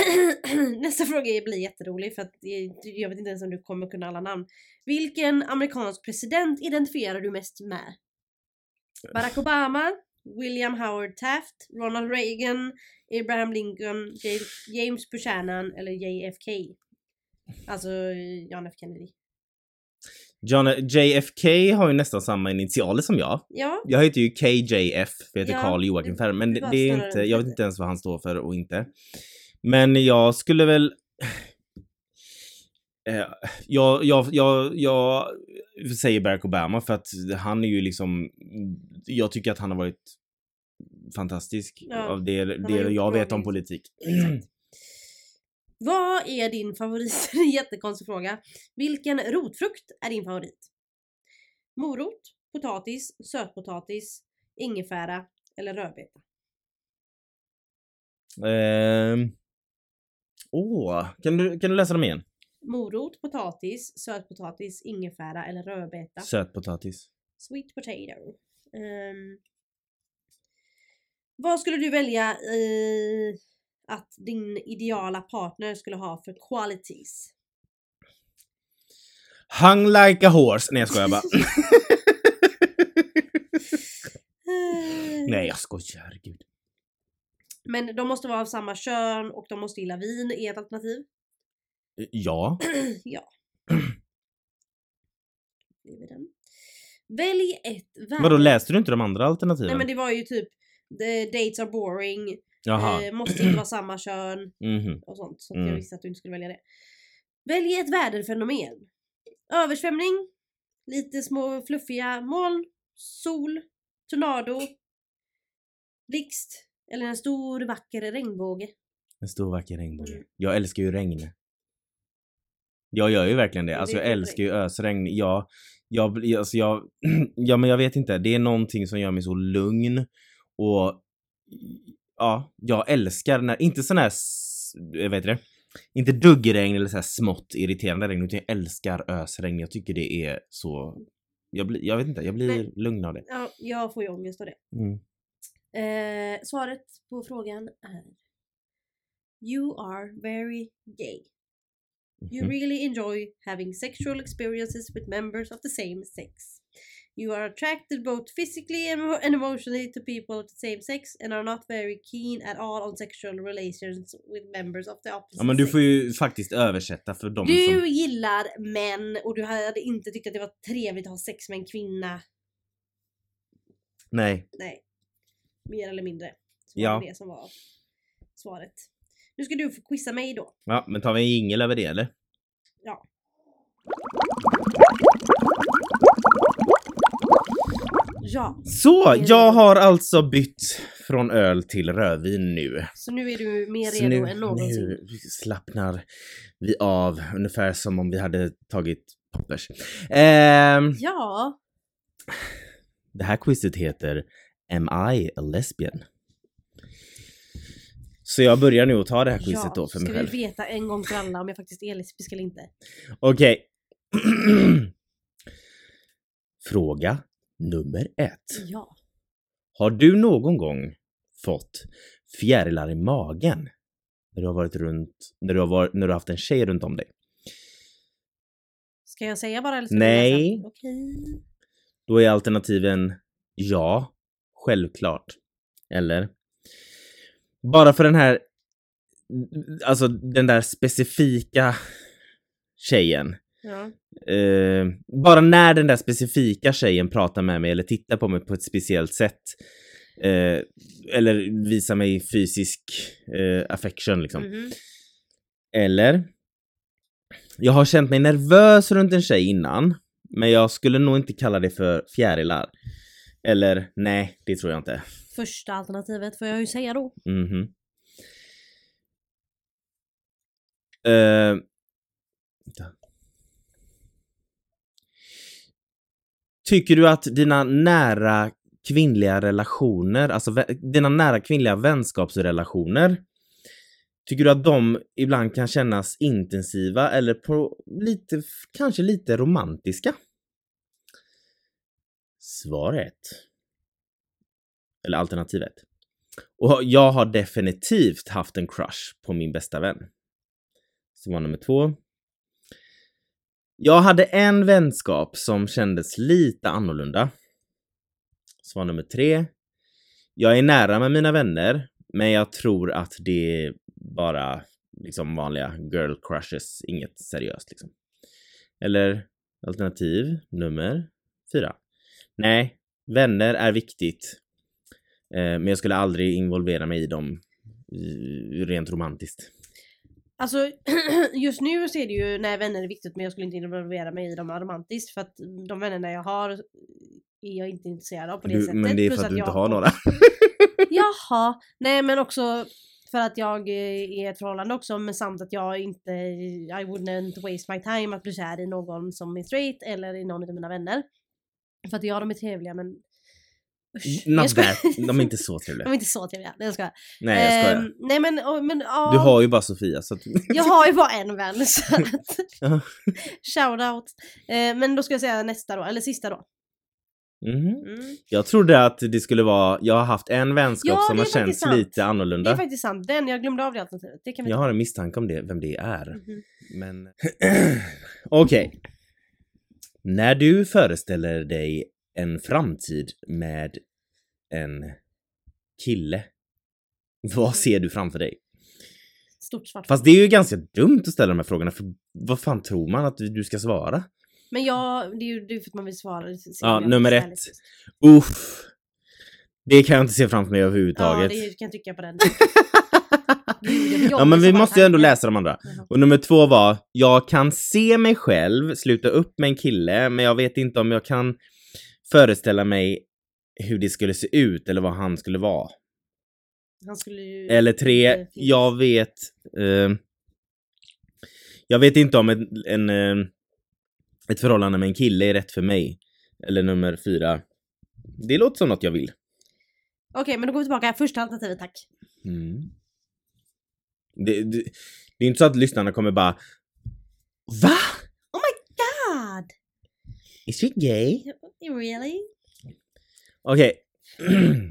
Speaker 2: [clears throat] Nästa fråga blir jätterolig för att jag- jag vet inte ens om du kommer kunna alla namn. Vilken amerikansk president identifierar du mest med? Barack Obama, William Howard Taft, Ronald Reagan, Abraham Lincoln, J- James Buchanan eller JFK? Alltså John F Kennedy.
Speaker 1: John, JFK har ju nästan samma initialer som jag.
Speaker 2: Ja,
Speaker 1: Jag heter ju KJF, för jag heter
Speaker 2: Ja,
Speaker 1: Karl Joakim
Speaker 2: du-
Speaker 1: Ferm, men
Speaker 2: du bara
Speaker 1: det är
Speaker 2: snurrar
Speaker 1: inte,
Speaker 2: runt
Speaker 1: jag vet
Speaker 2: lite.
Speaker 1: inte ens vad han står för och inte. Men jag skulle väl... Eh, Jag, jag, jag, jag säger Barack Obama för att han är ju liksom... Jag tycker att han har varit fantastisk
Speaker 2: Ja,
Speaker 1: av det,
Speaker 2: har
Speaker 1: det
Speaker 2: gjort
Speaker 1: jag
Speaker 2: bra
Speaker 1: vet om
Speaker 2: grejer.
Speaker 1: politik.
Speaker 2: vad är din favorit? [laughs] Det är en jättekonstig fråga. Vilken rotfrukt är din favorit? Morot, potatis, sötpotatis, ingefära eller rödbeta?
Speaker 1: [clears throat] Ehm. Åh, kan du, kan du läsa dem igen?
Speaker 2: Morot, potatis, sötpotatis, ingefära eller rödbeta.
Speaker 1: Sötpotatis.
Speaker 2: Sweet potato. Ehm, vad skulle du välja eh, att din ideala partner skulle ha för qualities?
Speaker 1: Hung like a horse. Nej jag skojar bara.
Speaker 2: Eh,
Speaker 1: Nej jag skojar, gud.
Speaker 2: [laughs] Men de måste vara av samma kön och de måste gilla vin är ett alternativ. [clears throat]
Speaker 1: Ja.
Speaker 2: ja. Det är den. Välj ett värde.
Speaker 1: Vadå läste du inte de andra
Speaker 2: Nej
Speaker 1: alternativen?
Speaker 2: men det var ju typ the dates are boring,
Speaker 1: Jaha.
Speaker 2: eh, måste inte vara samma kön.
Speaker 1: Mhm.
Speaker 2: och sånt. Så att jag
Speaker 1: Mm.
Speaker 2: visste att du inte skulle välja det. Välj ett väderfenomen. Översvämning, lite små fluffiga moln, sol, tornado, blixt eller en stor vacker regnbåge.
Speaker 1: En stor vacker regnbåge.
Speaker 2: Mm.
Speaker 1: Jag älskar ju regn. Jag gör ju verkligen det.
Speaker 2: Men
Speaker 1: Alltså
Speaker 2: det är
Speaker 1: jag
Speaker 2: typ
Speaker 1: älskar ju ösregn. Jag, jag, blir- alltså jag, [clears throat] ja men jag vet inte. Det är någonting som gör mig så lugn och ja, jag älskar när, inte sån här, s- eh, vad heter det? Inte duggregn eller så här smått irriterande regn utan jag älskar ösregn. Jag tycker det är så, jag, blir, jag vet inte, jag blir
Speaker 2: Men-
Speaker 1: lugn av det.
Speaker 2: Ja, jag får ju ångest av det.
Speaker 1: Mm.
Speaker 2: Eh, svaret på frågan är You are very gay. You
Speaker 1: Mhm.
Speaker 2: really enjoy having sexual experiences with members of the same sex. You are attracted both physically and emo- and emotionally to people of the same sex and are not very keen at all on sexual relations with members of the opposite
Speaker 1: Ja men du
Speaker 2: sex.
Speaker 1: får ju liksom- faktiskt översätta för dem
Speaker 2: Du
Speaker 1: som...
Speaker 2: gillar män och du hade inte tyckt att det var trevligt att ha sex med en kvinna.
Speaker 1: Nej.
Speaker 2: Nej. Mer eller mindre. Så
Speaker 1: Ja.
Speaker 2: var det det som var svaret. Nu ska du få quizza mig då.
Speaker 1: Ja, men tar vi en jingel över det eller?
Speaker 2: Ja. Ja,
Speaker 1: Så,
Speaker 2: Mm.
Speaker 1: jag har alltså bytt från öl till rödvin nu.
Speaker 2: så nu är du mer
Speaker 1: Så
Speaker 2: redo
Speaker 1: nu,
Speaker 2: än någonsin.
Speaker 1: nu slappnar vi av, ungefär som om vi hade tagit poppers. Ehm,
Speaker 2: Ja,
Speaker 1: det här quizet heter Am I a lesbian? Så jag börjar nu att ta det här quizet
Speaker 2: ja.
Speaker 1: då för
Speaker 2: ska
Speaker 1: mig själv.
Speaker 2: vi veta en gång för alla om jag faktiskt är lesbisk eller inte.
Speaker 1: Okej. [clears throat] Fråga nummer ett.
Speaker 2: Ja.
Speaker 1: Har du någon gång fått fjärilar i magen när du har varit runt, när du har, varit, när du har haft en tjej runt om dig?
Speaker 2: Ska jag säga bara eller ska du
Speaker 1: Nej.
Speaker 2: läsa? Okej.
Speaker 1: Då är alternativen ja, självklart. Eller? Bara för den här, alltså den där specifika tjejen.
Speaker 2: Ja.
Speaker 1: Eh, bara när den där specifika tjejen pratar med mig eller tittar på mig på ett speciellt sätt. Eh, eller visar mig fysisk eh, affection liksom.
Speaker 2: Mhm.
Speaker 1: Eller? Jag har känt mig nervös runt en tjej innan Men jag skulle nog inte kalla det för fjärilar. Eller nej, det tror jag inte.
Speaker 2: Första alternativet får jag ju säga då.
Speaker 1: Mhm. Eh, vänta. Tycker du att dina nära kvinnliga relationer, alltså vä- dina nära kvinnliga vänskapsrelationer, tycker du att de ibland kan kännas intensiva eller på lite, kanske lite romantiska? Svaret. Eller alternativet. Och jag har definitivt haft en crush på min bästa vän. Som var nummer två. Jag hade en vänskap som kändes lite annorlunda. Som var nummer tre. Jag är nära med mina vänner, men jag tror att det är bara liksom vanliga girl crushes, inget seriöst liksom. Eller alternativ nummer fyra. Nej, vänner är viktigt, Eh, Men jag skulle aldrig involvera mig i dem eh, rent romantiskt.
Speaker 2: Alltså [clears throat] just nu så är det ju när vänner är viktigt men jag skulle inte involvera mig i dem romantiskt för att de vännerna jag har är jag inte intresserad av på det
Speaker 1: Du,
Speaker 2: sättet.
Speaker 1: men det är
Speaker 2: Plus
Speaker 1: för att du
Speaker 2: jag-
Speaker 1: inte har några.
Speaker 2: Jaha, nej men också för att jag eh, är i ett förhållande också men samt att jag inte, I wouldn't waste my time att bli kär i någon som är straight eller i någon av mina vänner. För att ja, de är trevliga men [laughs] usch. Jag
Speaker 1: Not
Speaker 2: skojar.
Speaker 1: that. De är inte så
Speaker 2: De
Speaker 1: trevliga.
Speaker 2: [laughs] är inte så trevliga, nej jag skojar.
Speaker 1: Nej, jag skojar.
Speaker 2: Ehm, nej men, och- men ja.
Speaker 1: Du har ju bara Sofia, så att...
Speaker 2: Jag har ju bara en
Speaker 1: [laughs]
Speaker 2: vän så att...
Speaker 1: Ja.
Speaker 2: Shoutout. Eh, men då ska jag säga nästa då, eller sista då.
Speaker 1: Mhm.
Speaker 2: Mm.
Speaker 1: Jag trodde att det skulle vara, jag har haft en vänskap
Speaker 2: Ja,
Speaker 1: som
Speaker 2: det
Speaker 1: har
Speaker 2: är
Speaker 1: känts
Speaker 2: faktiskt sant.
Speaker 1: lite
Speaker 2: Det är
Speaker 1: annorlunda.
Speaker 2: faktiskt sant, den, jag glömde av det alternativet. Det kan vi
Speaker 1: Jag
Speaker 2: ta.
Speaker 1: har en misstanke om det, vem det är.
Speaker 2: Mhm.
Speaker 1: Men... [clears throat] Okej. När du föreställer dig en framtid med en kille, vad ser du framför dig?
Speaker 2: Stort svart
Speaker 1: Fast det är ju ganska dumt att ställa de här frågorna för vad fan tror man att du ska svara?
Speaker 2: Men jag, det är ju det är för att man vill svara. det ser
Speaker 1: Ja,
Speaker 2: jag
Speaker 1: nummer
Speaker 2: så
Speaker 1: ett.
Speaker 2: härligt.
Speaker 1: Uff. Det kan jag inte se framför mig
Speaker 2: Ja,
Speaker 1: överhuvudtaget.
Speaker 2: det
Speaker 1: Ja,
Speaker 2: kan jag trycka
Speaker 1: [laughs]
Speaker 2: på den.
Speaker 1: men vi måste ju ändå läsa de andra.
Speaker 2: Jaha.
Speaker 1: Och nummer två var, jag kan se mig själv sluta upp med en kille, men jag vet inte om jag kan föreställa mig hur det skulle se ut eller vad han skulle vara.
Speaker 2: Han skulle ju...
Speaker 1: Eller
Speaker 2: Det
Speaker 1: tre,
Speaker 2: finns.
Speaker 1: jag vet... ehm, jag vet inte om en, en, ehm, ett förhållande med en kille är rätt för mig. Eller nummer fyra. Det låter som något jag vill.
Speaker 2: Okej, men då går vi tillbaka. Första alternativet, tack.
Speaker 1: Det, det, det är inte så att lyssnarna kommer bara VA?
Speaker 2: God!
Speaker 1: Is she gay?
Speaker 2: Really?
Speaker 1: Okej. [clears throat]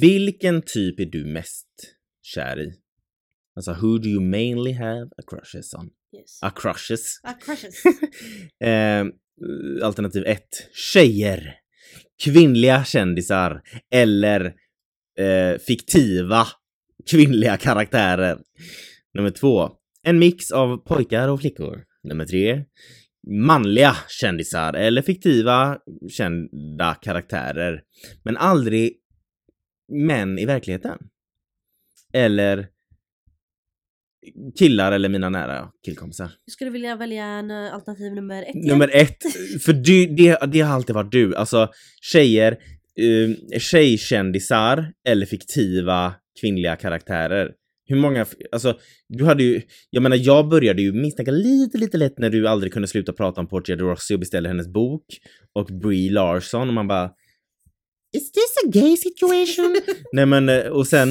Speaker 1: Vilken typ är du mest kär i? Alltså, who do you mainly have a crushes on?
Speaker 2: Yes.
Speaker 1: A crushes?
Speaker 2: Ah,
Speaker 1: [laughs]
Speaker 2: crushes.
Speaker 1: Eh, alternativ 1. Tjejer. Kvinnliga kändisar. Eller eh, fiktiva kvinnliga karaktärer. Nummer 2. En mix av pojkar och flickor. Nummer 3. Manliga kändisar eller fiktiva kända karaktärer. Men aldrig män i verkligheten. Eller killar eller mina nära killkompisar.
Speaker 2: Jag skulle vilja välja en eh, alternativ nummer ett. igen.
Speaker 1: Nummer ett, för du, det, det har alltid varit du. Alltså tjejer, eh, tjejkändisar eller fiktiva kvinnliga karaktärer. Hur många, f- alltså du hade ju, jag menar jag började ju misstänka lite, lite lätt när du aldrig kunde sluta prata om Portia de Rossi och beställa hennes bok och Brie Larson och man bara Is this a gay situation? Nej men eh, och sen,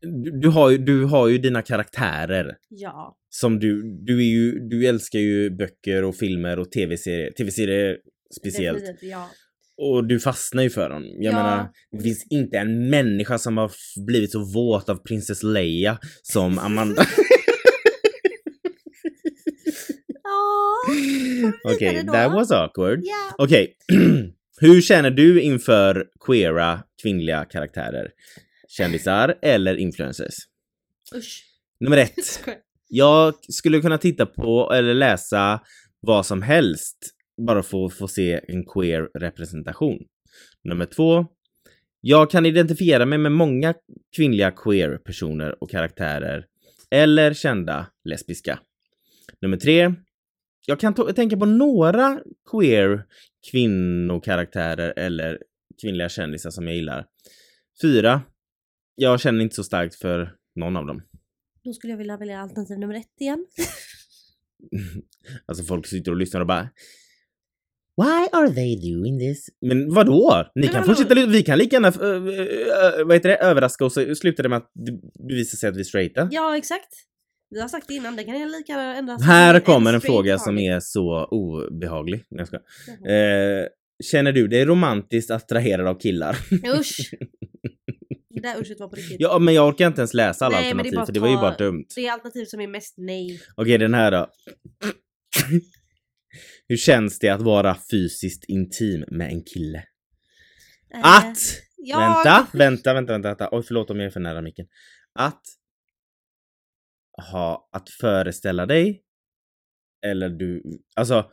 Speaker 1: du, du, har ju, du har ju dina karaktärer
Speaker 2: Ja.
Speaker 1: som du, du är ju, du älskar ju böcker och filmer och tv-serier, tv-serier speciellt.
Speaker 2: definitivt, Ja.
Speaker 1: Och du fastnar ju för dem. Jag
Speaker 2: Ja.
Speaker 1: menar, det finns inte en människa som har f- blivit så våt av prinsess Leia
Speaker 2: [laughs]
Speaker 1: som Amanda.
Speaker 2: Ja.
Speaker 1: Okej,
Speaker 2: då.
Speaker 1: that was awkward.
Speaker 2: Ja.
Speaker 1: Okej, [clears throat] hur känner du inför queera kvinnliga karaktärer? Kändisar eller influencers?
Speaker 2: Usch.
Speaker 1: Nummer ett. Jag skulle kunna titta på eller läsa vad som helst bara för att få se en queer representation. Nummer två. Jag kan identifiera mig med många kvinnliga queer personer och karaktärer eller kända lesbiska. Nummer tre. Jag kan to- tänka på några queer kvinnokaraktärer eller kvinnliga kändisar som jag gillar. Fyra. Jag känner inte så starkt för någon av dem.
Speaker 2: Då skulle jag vilja välja alternativ nummer ett igen.
Speaker 1: [laughs] Alltså folk sitter och lyssnar och bara Why are they doing this? Men vadå? Ni
Speaker 2: Men
Speaker 1: kan
Speaker 2: vadå?
Speaker 1: fortsätta, ly- vi kan lika gärna f- ö- ö- ö- vad heter det, överraska oss och sluta det med att det bevisar sig att vi är straighta.
Speaker 2: Ja, alltså, exakt. Vi har sagt det innan, det kan jag lika gärna ändras.
Speaker 1: Här
Speaker 2: till
Speaker 1: kommer en
Speaker 2: straight
Speaker 1: fråga som
Speaker 2: party.
Speaker 1: är så obehaglig. Nej, jag skojar.
Speaker 2: Jaha.
Speaker 1: Eh, känner du dig romantiskt attraherad av killar?
Speaker 2: Usch! Det där uschet var på riktigt.
Speaker 1: [laughs] Ja, men jag orkar inte ens läsa alla
Speaker 2: Nej, men det är
Speaker 1: alternativ
Speaker 2: bara
Speaker 1: för det var ju
Speaker 2: ta-
Speaker 1: bara dumt.
Speaker 2: Det är alternativ som är mest nej.
Speaker 1: Okej, den här då. [laughs] Hur känns det att vara fysiskt intim med en kille?
Speaker 2: Eh,
Speaker 1: Att!
Speaker 2: ja,
Speaker 1: Vänta, vänta, vänta, vänta, vänta. Oj, förlåt om jag är för nära micken. Att ha, att föreställa dig eller du, alltså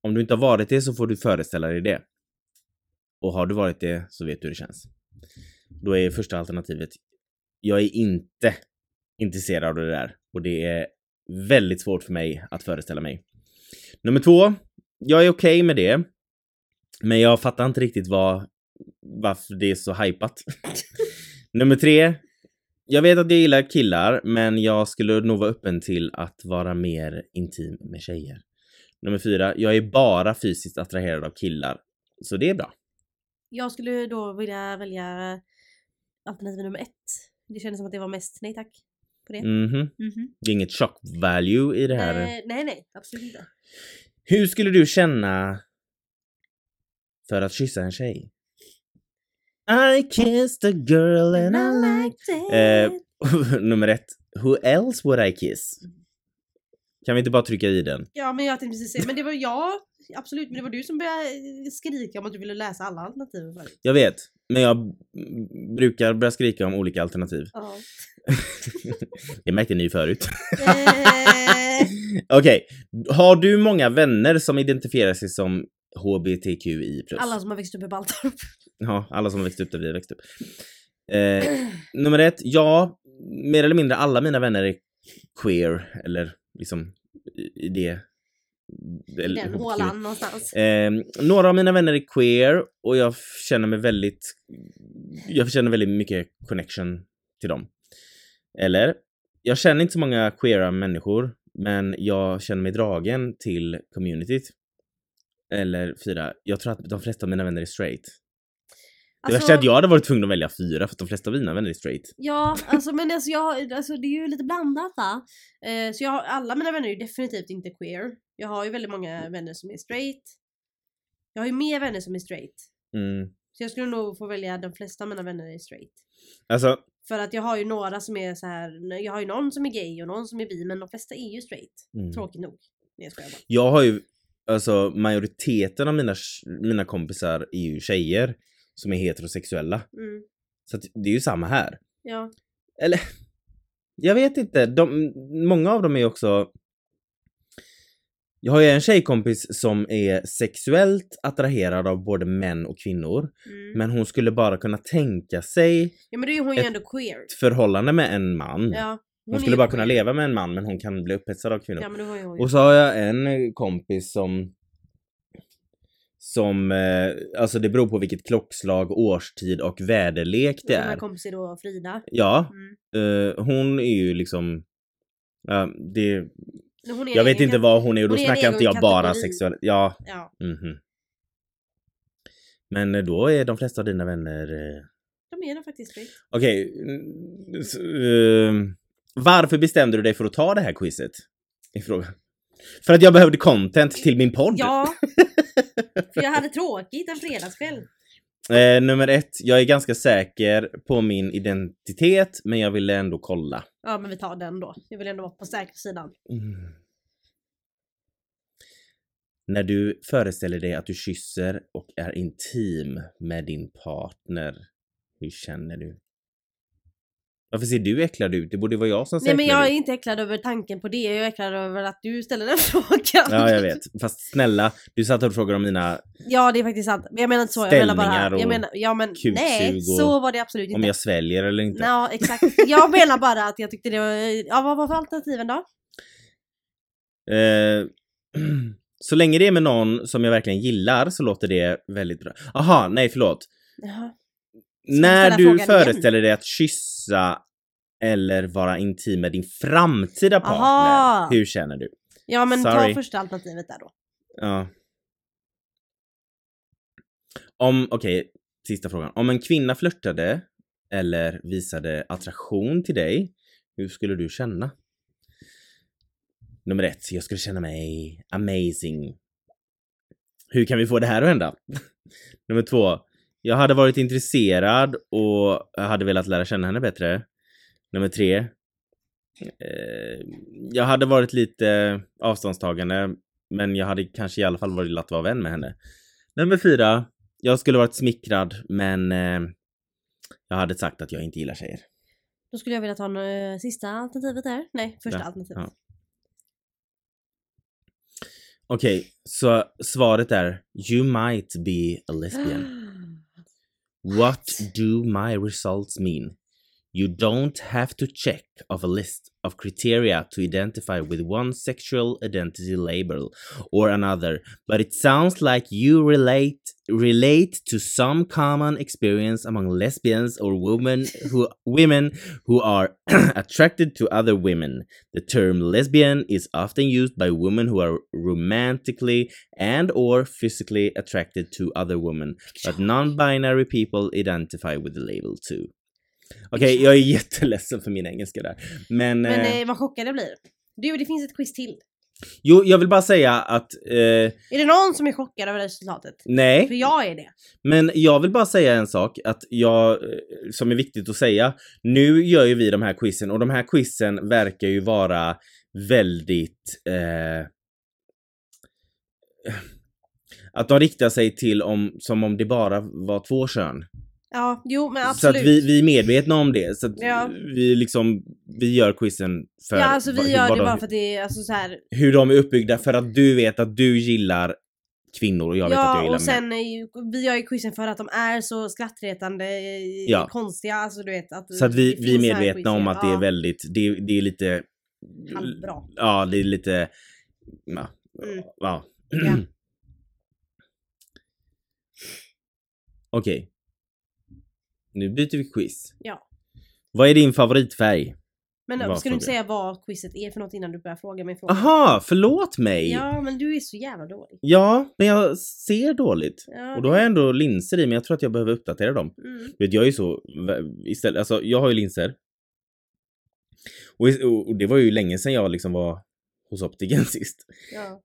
Speaker 1: om du inte har varit det så får du föreställa dig det. Och har du varit det så vet du hur det känns. Då är första alternativet, jag är inte intresserad av det där och det är väldigt svårt för mig att föreställa mig. Nummer två, jag är okej med det. Men jag fattar inte riktigt vad varför det är så hypat. [laughs] Nummer tre. Jag vet att jag gillar killar, men jag skulle nog vara öppen till att vara mer intim med tjejer. Nummer fyra. Jag är bara fysiskt attraherad av killar, så det är bra.
Speaker 2: Jag skulle då vilja välja eh, alternativ nummer ett. Det kändes som att det var mest nej tack. På det.
Speaker 1: Mhm.
Speaker 2: Mhm.
Speaker 1: Det är inget shock value i det här.
Speaker 2: Eh, nej, nej, absolut inte.
Speaker 1: Hur skulle du känna för att kyssa en tjej? I kissed a girl and I like Eh, [laughs] nummer ett. Who else would I kiss? Kan vi inte bara trycka i den?
Speaker 2: Ja men jag tänkte precis säga, men det var jag, absolut, men det var du som började eh, skrika om att du ville läsa alla alternativ förut.
Speaker 1: Jag vet, men jag mm, brukar börja skrika om olika alternativ.
Speaker 2: Ja.
Speaker 1: det märkte ni ju förut. [laughs]
Speaker 2: Eh,
Speaker 1: Okej, har du många vänner som identifierar sig som HBTQI+.
Speaker 2: alla som har växt upp i Baltorp.
Speaker 1: Ja, alla som har växt upp där vi har växt upp. Eh, [clears throat] nummer ett, ja, mer eller mindre alla mina vänner är queer, eller liksom i- i det...
Speaker 2: I
Speaker 1: eller
Speaker 2: den
Speaker 1: HBTQI.
Speaker 2: hålan någonstans.
Speaker 1: Eh, några av mina vänner är queer och jag känner mig väldigt... Jag känner väldigt mycket connection till dem. Eller? Jag känner inte så många queera människor, men jag känner mig dragen till communityt. Eller fyra. Jag tror att de flesta av mina vänner är straight. Det värsta är
Speaker 2: Alltså-
Speaker 1: att jag hade varit tvungen att välja fyra för att de flesta av mina vänner är straight.
Speaker 2: Ja, alltså men alltså, jag, alltså det är ju lite blandat va. Eh, så jag, har- alla mina vänner är ju definitivt inte queer. Jag har ju väldigt många vänner som är straight. Jag har ju mer vänner som är straight.
Speaker 1: Mm.
Speaker 2: Så jag skulle nog få välja de flesta av mina vänner är straight.
Speaker 1: Alltså,
Speaker 2: För att jag har ju några som är så här. jag har ju någon som är gay och någon som är bi men de flesta är ju straight.
Speaker 1: mm.
Speaker 2: Tråkigt nog. Nej jag skojar bara.
Speaker 1: jag har ju, alltså majoriteten av mina, mina kompisar är ju tjejer som är heterosexuella.
Speaker 2: Mm,
Speaker 1: Så att det är ju samma här.
Speaker 2: ja.
Speaker 1: Eller, jag vet inte. De, många av dem är också... Jag har ju en tjejkompis som är sexuellt attraherad av både män och kvinnor.
Speaker 2: Mm.
Speaker 1: Men hon skulle bara kunna tänka sig
Speaker 2: ja men då är hon ju
Speaker 1: ett-
Speaker 2: ändå queer.
Speaker 1: ett förhållande med en man.
Speaker 2: Ja.
Speaker 1: hon skulle
Speaker 2: är
Speaker 1: bara
Speaker 2: ju
Speaker 1: kunna
Speaker 2: queer.
Speaker 1: leva med en man men hon kan bli upphetsad av kvinnor.
Speaker 2: Ja men då är hon ju.
Speaker 1: Och så har jag en kompis som som, eh, alltså det beror på vilket klockslag, årstid och väderlek det
Speaker 2: Och Mina
Speaker 1: är.
Speaker 2: kompisar då Frida.
Speaker 1: Ja,
Speaker 2: Mm.
Speaker 1: Eh, hon är ju liksom... ja, det,
Speaker 2: Men Hon är
Speaker 1: jag
Speaker 2: en
Speaker 1: vet
Speaker 2: egen
Speaker 1: inte vad hon är och då
Speaker 2: hon är en
Speaker 1: snackar inte
Speaker 2: egen
Speaker 1: jag bara
Speaker 2: kategori.
Speaker 1: sexuellt. Ja,
Speaker 2: Ja.
Speaker 1: mhm. Men eh, då är de flesta av dina vänner... eh,
Speaker 2: De är nog faktiskt straight.
Speaker 1: Okej. mm, s- ehm, varför bestämde du dig för att ta det här quizet? I frågan. För att jag behövde content till min podd. [laughs]
Speaker 2: Ja! För jag hade tråkigt en fredagskväll.
Speaker 1: Eh, nummer ett, jag är ganska säker på min identitet men jag ville ändå kolla.
Speaker 2: Ja men vi tar den då. Jag vill ändå vara på säkra sidan.
Speaker 1: Mm. När du föreställer dig att du kysser och är intim med din partner, hur känner du? Varför ser du äcklad ut? Det borde vara jag som ser
Speaker 2: Nej men
Speaker 1: äcklad
Speaker 2: jag är
Speaker 1: ut.
Speaker 2: inte äcklad över tanken på det. Jag är äcklad över att du ställer den [laughs] frågan.
Speaker 1: Ja, jag vet. Fast snälla, du satt och frågade om mina...
Speaker 2: Ja det är faktiskt sant. Men jag menar inte så. Jag menar
Speaker 1: Ställningar
Speaker 2: bara.
Speaker 1: och
Speaker 2: Jag menar, ja men
Speaker 1: kuksug
Speaker 2: nej.
Speaker 1: och-
Speaker 2: Så var det absolut
Speaker 1: Om
Speaker 2: inte.
Speaker 1: jag sväljer eller inte.
Speaker 2: Ja exakt. Jag menar bara att jag tyckte det var... Ja vad var för alternativen då?
Speaker 1: Eh, [clears throat] Så länge det är med någon som jag verkligen gillar så låter det väldigt bra. Aha, nej förlåt.
Speaker 2: Jaha. jag
Speaker 1: När
Speaker 2: ställa
Speaker 1: du
Speaker 2: frågan
Speaker 1: föreställer dig att kyssa eller vara intim med din framtida partner,
Speaker 2: Aha.
Speaker 1: hur känner du?
Speaker 2: Ja men
Speaker 1: Sorry.
Speaker 2: ta första alternativet där då.
Speaker 1: Ja. Om, okej, sista frågan. Om en kvinna flörtade eller visade attraktion till dig, hur skulle du känna? Nummer ett, jag skulle känna mig amazing. Hur kan vi få det här att hända? [laughs] Nummer två, jag hade varit intresserad och jag hade velat lära känna henne bättre. Nummer tre, eh, jag hade varit lite avståndstagande men jag hade kanske i alla fall varit att vara vän med henne. Nummer fyra. Jag skulle varit smickrad, men eh, jag hade sagt att jag inte gillar tjejer.
Speaker 2: Då skulle jag vilja ta uh, sista alternativet där. Nej, första
Speaker 1: Ja,
Speaker 2: alternativet.
Speaker 1: ja. Okej, så svaret är You might be a lesbian. What do my results mean? You don't have to check off a list of criteria to identify with one sexual identity label or another, but it sounds like you relate relate to some common experience among lesbians or women who women who are [clears throat] attracted to other women. The term lesbian is often used by women who are romantically and or physically attracted to other women But non-binary people identify with the label too. Okej, jag är jätteledsen för min engelska där. Men,
Speaker 2: [gasps] Men
Speaker 1: eh,
Speaker 2: eh, vad chockad jag blir. Du, det finns ett quiz till.
Speaker 1: jo, jag vill bara säga att eh,
Speaker 2: Är det någon som är chockad över resultatet? För
Speaker 1: nej,
Speaker 2: jag är det.
Speaker 1: men jag vill bara säga en sak att jag, eh, som är viktigt att säga. Nu gör ju vi de här quizen och de här quizen verkar ju vara väldigt eh, att de riktar sig till om, som om det bara var två kön.
Speaker 2: Ja, jo men absolut.
Speaker 1: Så att vi, vi är medvetna om det. Så att
Speaker 2: Ja.
Speaker 1: vi liksom, vi gör quizen för
Speaker 2: ja, alltså
Speaker 1: vad-
Speaker 2: vi gör det
Speaker 1: vad de,
Speaker 2: bara för att det är alltså, så här.
Speaker 1: hur de är uppbyggda för att du vet att du gillar kvinnor och jag vet att jag
Speaker 2: Ja,
Speaker 1: gillar män.
Speaker 2: och sen är ju, vi gör ju quizen för att de är så skrattretande, eh,
Speaker 1: Ja.
Speaker 2: konstiga, alltså du vet. Att
Speaker 1: Så att vi,
Speaker 2: det
Speaker 1: vi är
Speaker 2: finns så här
Speaker 1: medvetna
Speaker 2: quiz,
Speaker 1: om att det är
Speaker 2: ja.
Speaker 1: väldigt, det, det är lite...
Speaker 2: Halvbra.
Speaker 1: Ja, det är lite... Ja.
Speaker 2: Mm.
Speaker 1: ja.
Speaker 2: Ja.
Speaker 1: [clears throat] Okej. Nu byter vi quiz.
Speaker 2: Ja.
Speaker 1: Vad är din favoritfärg?
Speaker 2: Men
Speaker 1: Vad
Speaker 2: ska du inte
Speaker 1: frågar
Speaker 2: säga vad quizet är för något innan du börjar fråga min fråga?
Speaker 1: Aha, förlåt mig!
Speaker 2: Ja, men du är så jävla dålig.
Speaker 1: Ja, men jag ser dåligt.
Speaker 2: Ja,
Speaker 1: Och då har jag ändå linser i, men jag tror att jag behöver uppdatera dem.
Speaker 2: mm.
Speaker 1: Du Vet, jag är ju så istället, alltså jag har ju linser. Och, i- och det var ju länge sedan jag liksom var hos optiken [laughs] sist.
Speaker 2: ja.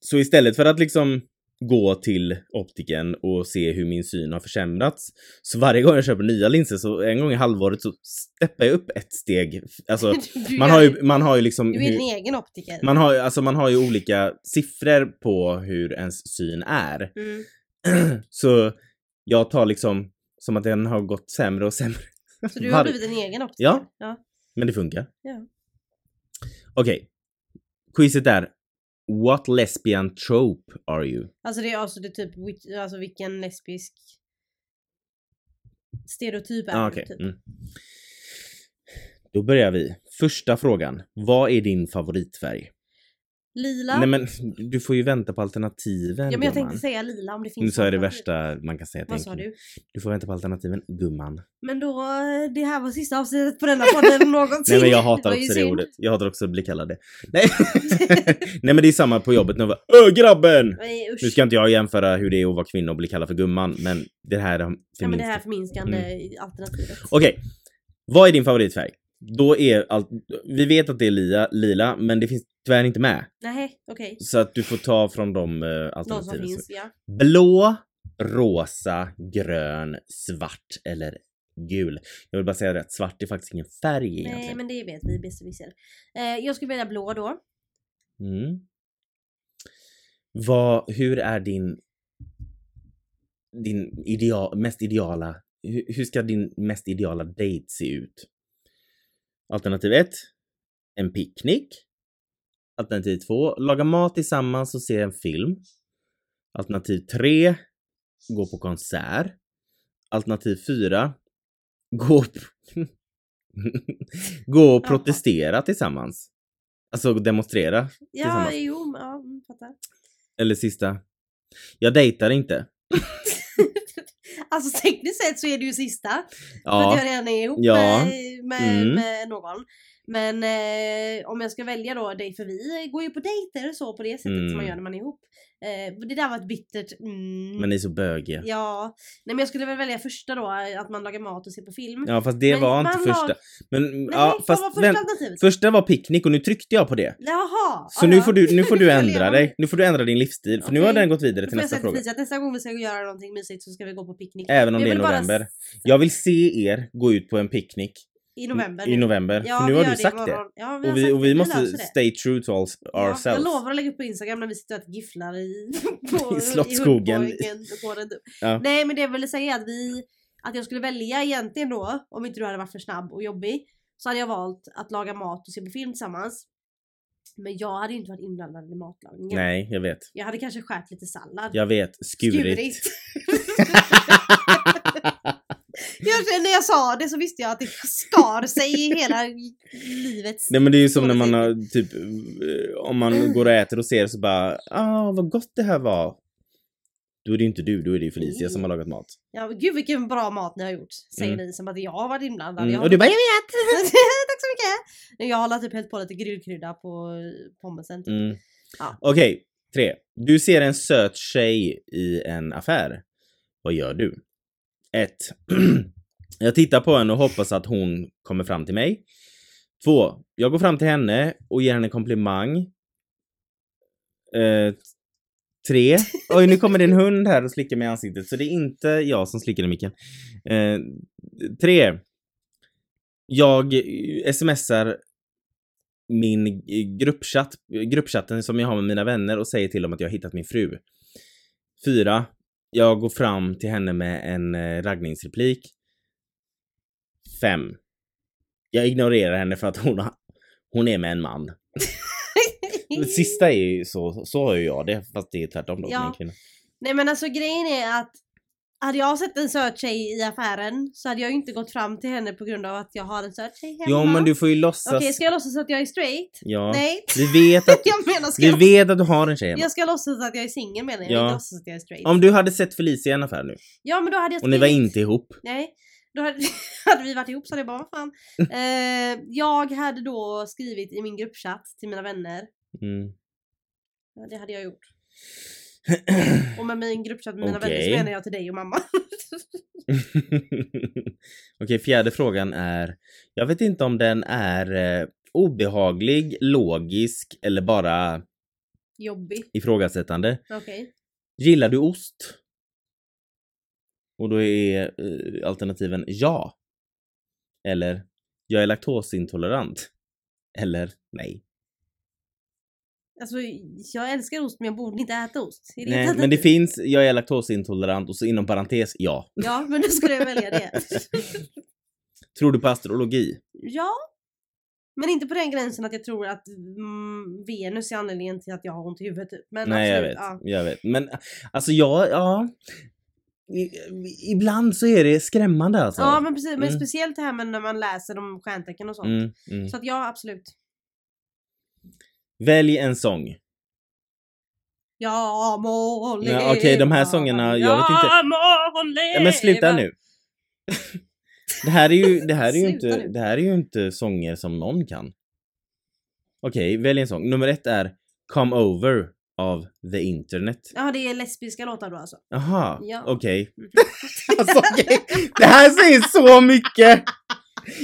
Speaker 1: Så istället för att liksom gå till optiken och se hur min syn har försämrats. Så varje gång jag köper nya linser, så en gång i halvåret så steppar jag upp ett steg. Alltså,
Speaker 2: [laughs] Du
Speaker 1: man
Speaker 2: är-
Speaker 1: har ju, man har ju liksom...
Speaker 2: Du är
Speaker 1: hur-
Speaker 2: din egen optiker.
Speaker 1: man har, ju- alltså man har ju olika siffror på hur ens syn är.
Speaker 2: Mm.
Speaker 1: [clears throat] Så jag tar liksom som att den har gått sämre och sämre. [laughs]
Speaker 2: Så du
Speaker 1: Var-
Speaker 2: har blivit din egen optiker?
Speaker 1: Ja.
Speaker 2: ja.
Speaker 1: Men det funkar.
Speaker 2: Ja.
Speaker 1: Okej. Quizet är What lesbian trope are you?
Speaker 2: Alltså det är alltså det är typ which- alltså vilken lesbisk stereotyp är
Speaker 1: Ah,
Speaker 2: du,
Speaker 1: okej.
Speaker 2: typ.
Speaker 1: Mm. Då börjar vi. Första frågan. Vad är din favoritfärg?
Speaker 2: Lila?
Speaker 1: Nej men du får ju vänta på alternativen
Speaker 2: ja men jag
Speaker 1: gumman.
Speaker 2: tänkte säga lila om det finns
Speaker 1: Nu sa jag det
Speaker 2: alternativ.
Speaker 1: värsta man kan säga.
Speaker 2: Vad
Speaker 1: tänker
Speaker 2: sa
Speaker 1: jag.
Speaker 2: du?
Speaker 1: Du får vänta på alternativen gumman.
Speaker 2: Men då, eh, det här var sista avsnittet på denna
Speaker 1: [laughs]
Speaker 2: podden någonsin.
Speaker 1: Nej
Speaker 2: [laughs]
Speaker 1: men jag hatar
Speaker 2: var ju
Speaker 1: också det
Speaker 2: synd.
Speaker 1: ordet. Jag hatar också att bli kallad det. Nej. [laughs] Nej men det är samma på jobbet när jag bara Öh grabben!
Speaker 2: Nej usch.
Speaker 1: Nu ska inte jag jämföra hur det är att vara kvinna och bli kallad för gumman, men det här är för
Speaker 2: ja, men det här
Speaker 1: minst. Mm.
Speaker 2: förminskande alternativet.
Speaker 1: Okej, vad är din favoritfärg? Då är allt, vi vet att det är lia, lila, men det finns tyvärr inte med.
Speaker 2: Nej okej.
Speaker 1: Så att du får ta från de uh,
Speaker 2: Någon som
Speaker 1: alternativen.
Speaker 2: finns ja.
Speaker 1: Blå, rosa, grön, svart eller gul. Jag vill bara säga det att svart är faktiskt ingen färg
Speaker 2: Nej
Speaker 1: egentligen.
Speaker 2: men det vet vi besserwisser. Eh, jag skulle välja blå då.
Speaker 1: Mm. Vad, hur är din, din ideal, mest ideala, hur, hur ska din mest ideala date se ut? Alternativ 1, en picknick. Alternativ 2, laga mat tillsammans och se en film. Alternativ 3, gå på konsert. Alternativ 4, [laughs] gå, p- gå och
Speaker 2: Jaha.
Speaker 1: protestera tillsammans. Alltså demonstrera.
Speaker 2: Ja,
Speaker 1: Tillsammans.
Speaker 2: jo, men- ja, mm, fattar.
Speaker 1: Eller sista. Jag dejtar inte.
Speaker 2: Alltså [laughs] tekniskt sett så är det ju sista. För att
Speaker 1: Ja,
Speaker 2: jag redan är ihop
Speaker 1: Ja.
Speaker 2: med, med,
Speaker 1: Mm.
Speaker 2: med någon. Men eh, om jag ska välja då dig, för vi går ju på dejter och så på det sättet som
Speaker 1: Mm.
Speaker 2: man gör när man är ihop. Eh, det där var ett bittert mm.
Speaker 1: men ni är så bögiga.
Speaker 2: Ja, nej men jag skulle väl välja första då, att man lagar mat och ser på film.
Speaker 1: Ja fast det
Speaker 2: Men
Speaker 1: var inte
Speaker 2: man
Speaker 1: första.
Speaker 2: lag-
Speaker 1: Men
Speaker 2: Nej,
Speaker 1: ja,
Speaker 2: vad
Speaker 1: fast
Speaker 2: var första
Speaker 1: vänt,
Speaker 2: alternativet?
Speaker 1: första var picknick och nu tryckte jag på det.
Speaker 2: Jaha!
Speaker 1: Så
Speaker 2: ja,
Speaker 1: nu
Speaker 2: ja.
Speaker 1: får du, nu får
Speaker 2: [laughs]
Speaker 1: du
Speaker 2: jag
Speaker 1: ändra
Speaker 2: leva
Speaker 1: dig.
Speaker 2: med.
Speaker 1: Nu får du ändra din livsstil. För nu har
Speaker 2: Okej.
Speaker 1: den gått vidare
Speaker 2: Då
Speaker 1: till
Speaker 2: får jag
Speaker 1: nästa
Speaker 2: säga
Speaker 1: fråga.
Speaker 2: Felicia att nästa gång vi ska göra någonting mysigt så ska vi gå på picknick.
Speaker 1: Även om
Speaker 2: Jag
Speaker 1: det är
Speaker 2: vill bara
Speaker 1: november.
Speaker 2: s-
Speaker 1: Jag vill se er gå ut på en picknick
Speaker 2: I november.
Speaker 1: i november.
Speaker 2: Ja,
Speaker 1: för nu
Speaker 2: vi
Speaker 1: har
Speaker 2: gör
Speaker 1: du sagt det.
Speaker 2: imorgon. Ja, har
Speaker 1: Och vi,
Speaker 2: sagt
Speaker 1: och
Speaker 2: det.
Speaker 1: vi måste
Speaker 2: löser det.
Speaker 1: stay true to ours- ourselves.
Speaker 2: Ja, jag lovar att lägga upp på Instagram när vi sitter och äter gifflar
Speaker 1: [laughs]
Speaker 2: i, på,
Speaker 1: I Slottsskogen.
Speaker 2: i Hultborgen och går den-
Speaker 1: Ja.
Speaker 2: typ. Nej men det jag ville säga är att vi, att jag skulle välja egentligen då, om inte du hade varit för snabb och jobbig, så hade jag valt att laga mat och se på film tillsammans. Men jag hade ju inte varit inblandad i matlagningen.
Speaker 1: Nej, jag vet.
Speaker 2: Jag hade kanske skärt lite sallad.
Speaker 1: Jag vet. Skurit.
Speaker 2: [laughs] jag, kände- när jag sa det så visste jag att det skar sig i hela livets...
Speaker 1: Nej men det är ju som när man
Speaker 2: Skådespel.
Speaker 1: har typ, eh, om man går och äter och ser så bara, ah vad gott det här var. Då är det ju inte du, då är det ju Felicia som har lagat mat.
Speaker 2: Ja, men gud vilken bra mat ni har gjort, säger
Speaker 1: Mm.
Speaker 2: ni som att jag har varit inblandad. Jag
Speaker 1: Mm.
Speaker 2: har
Speaker 1: Och du bara, jag vet!
Speaker 2: [laughs] Tack så mycket! Jag har typ hällt på lite grillkrydda på pommesen. typ. [laughs]
Speaker 1: Mm.
Speaker 2: Ja.
Speaker 1: Okej, tre. Du ser en söt tjej i en affär. Vad gör du? Ett. [clears throat] jag tittar på henne och hoppas att hon kommer fram till mig. Två. Jag går fram till henne och ger henne en komplimang. Eh,
Speaker 2: [laughs]
Speaker 1: tre. Oj, nu kommer det en hund här och slickar mig i ansiktet, så det är inte jag som slickar i micken. Eh, tre. Jag eh, smsar min gruppchatt, gruppchatten som jag har med mina vänner och säger till dem att jag har hittat min fru. Fyra. Jag går fram till henne med en eh, raggningsreplik. Fem. Jag ignorerar henne för att hon, har, hon är med en man.
Speaker 2: Mm.
Speaker 1: Det sista är ju så, så har ju jag det, fast det är tvärtom då.
Speaker 2: Ja.
Speaker 1: med en kvinna.
Speaker 2: Nej men alltså grejen är att hade jag sett en söt tjej i affären så hade jag ju inte gått fram till henne på grund av att jag har en söt tjej hemma.
Speaker 1: Jo men du får ju låtsas.
Speaker 2: Okej, ska jag låtsas att jag är straight?
Speaker 1: Ja.
Speaker 2: Nej. [laughs]
Speaker 1: Vi vet att,
Speaker 2: jag menar, ska
Speaker 1: vi
Speaker 2: jag...
Speaker 1: vet att du har en tjej hemma.
Speaker 2: jag ska låtsas att jag är singel menar jag,
Speaker 1: Ja.
Speaker 2: inte låtsas att jag är straight.
Speaker 1: Om du hade sett Felicia i en affär nu
Speaker 2: Ja men då hade jag
Speaker 1: och ni var
Speaker 2: skrivit-
Speaker 1: inte ihop.
Speaker 2: Nej. Då hade, hade vi [laughs] varit ihop så hade jag bara, vad fan. Eh, jag hade då skrivit i min gruppchatt till mina vänner.
Speaker 1: Mm. [clears throat]
Speaker 2: Ja, det hade jag gjort. Och med min gruppchatt med mina vänner
Speaker 1: Okej.
Speaker 2: så menar jag till dig och mamma. [laughs]
Speaker 1: [laughs] Okej, fjärde frågan är. Jag vet inte om den är eh, obehaglig, logisk eller bara
Speaker 2: Jobbig.
Speaker 1: ifrågasättande.
Speaker 2: Okej.
Speaker 1: Gillar du ost? Och då är eh, alternativen ja. Eller jag är laktosintolerant. Eller nej.
Speaker 2: Alltså jag älskar ost men jag borde inte äta ost.
Speaker 1: nej
Speaker 2: Är inte
Speaker 1: men det
Speaker 2: alternativ?
Speaker 1: finns, jag är laktosintolerant och så inom parentes ja.
Speaker 2: [laughs] Ja men då skulle jag välja det.
Speaker 1: Tror du på astrologi?
Speaker 2: ja. Men inte på den gränsen att jag tror att mm, Venus är anledningen till att jag har ont i huvudet. typ. Men
Speaker 1: Nej jag vet,
Speaker 2: absolut, ja.
Speaker 1: jag vet. Men alltså jag, ja. I- Ibland så är det skrämmande alltså.
Speaker 2: Ja men precis, men
Speaker 1: Mm.
Speaker 2: speciellt det här med när man läser om stjärntecken och sånt.
Speaker 1: Mm, mm.
Speaker 2: Så att ja absolut.
Speaker 1: Välj en sång.
Speaker 2: Ja må hon
Speaker 1: Ja, okej, de här
Speaker 2: leva.
Speaker 1: sångerna, jag vet inte-
Speaker 2: Ja må hon
Speaker 1: Ja, men sluta
Speaker 2: leva.
Speaker 1: nu. [laughs] Det här är ju, det här är ju,
Speaker 2: Sluta
Speaker 1: inte,
Speaker 2: nu.
Speaker 1: det här är ju inte sånger som någon kan. Okej, välj en sång. Nummer ett är Come Over av The Internet.
Speaker 2: Ja det är lesbiska låtar då alltså.
Speaker 1: Jaha,
Speaker 2: Ja. Mm-hmm.
Speaker 1: okej. [laughs] Alltså, okej. Det här säger så mycket!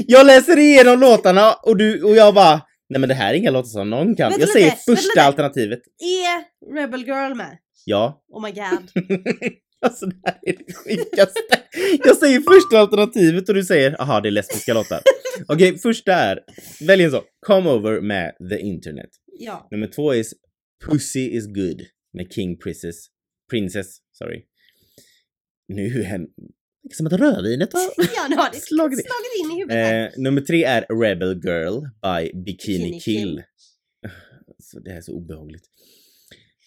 Speaker 1: Jag läser igenom låtarna och, du, och jag bara, nej men det här är inga låtar som någon kan.
Speaker 2: Vänta
Speaker 1: Jag säger
Speaker 2: lite, vänta
Speaker 1: första
Speaker 2: lite.
Speaker 1: alternativet.
Speaker 2: Är Rebel Girl med?
Speaker 1: Ja. [laughs]
Speaker 2: Oh my god.
Speaker 1: Alltså det här är det sjukaste. Jag säger första alternativet och du säger, aha det är lesbiska låtar. Okej, första är, välj en sån. Come over med the internet.
Speaker 2: Ja.
Speaker 1: Nummer två is Pussy is good med King Princess. Princess, sorry. Nu är han... Liksom att rödvinet
Speaker 2: [laughs]
Speaker 1: har...
Speaker 2: ja nu har det
Speaker 1: Slagit
Speaker 2: slagit,
Speaker 1: in.
Speaker 2: in i huvudet. här.
Speaker 1: Eh, nummer tre är Rebel Girl by Bikini, Kill.
Speaker 2: Bikini Kill.
Speaker 1: [laughs] Så det här är så obehagligt.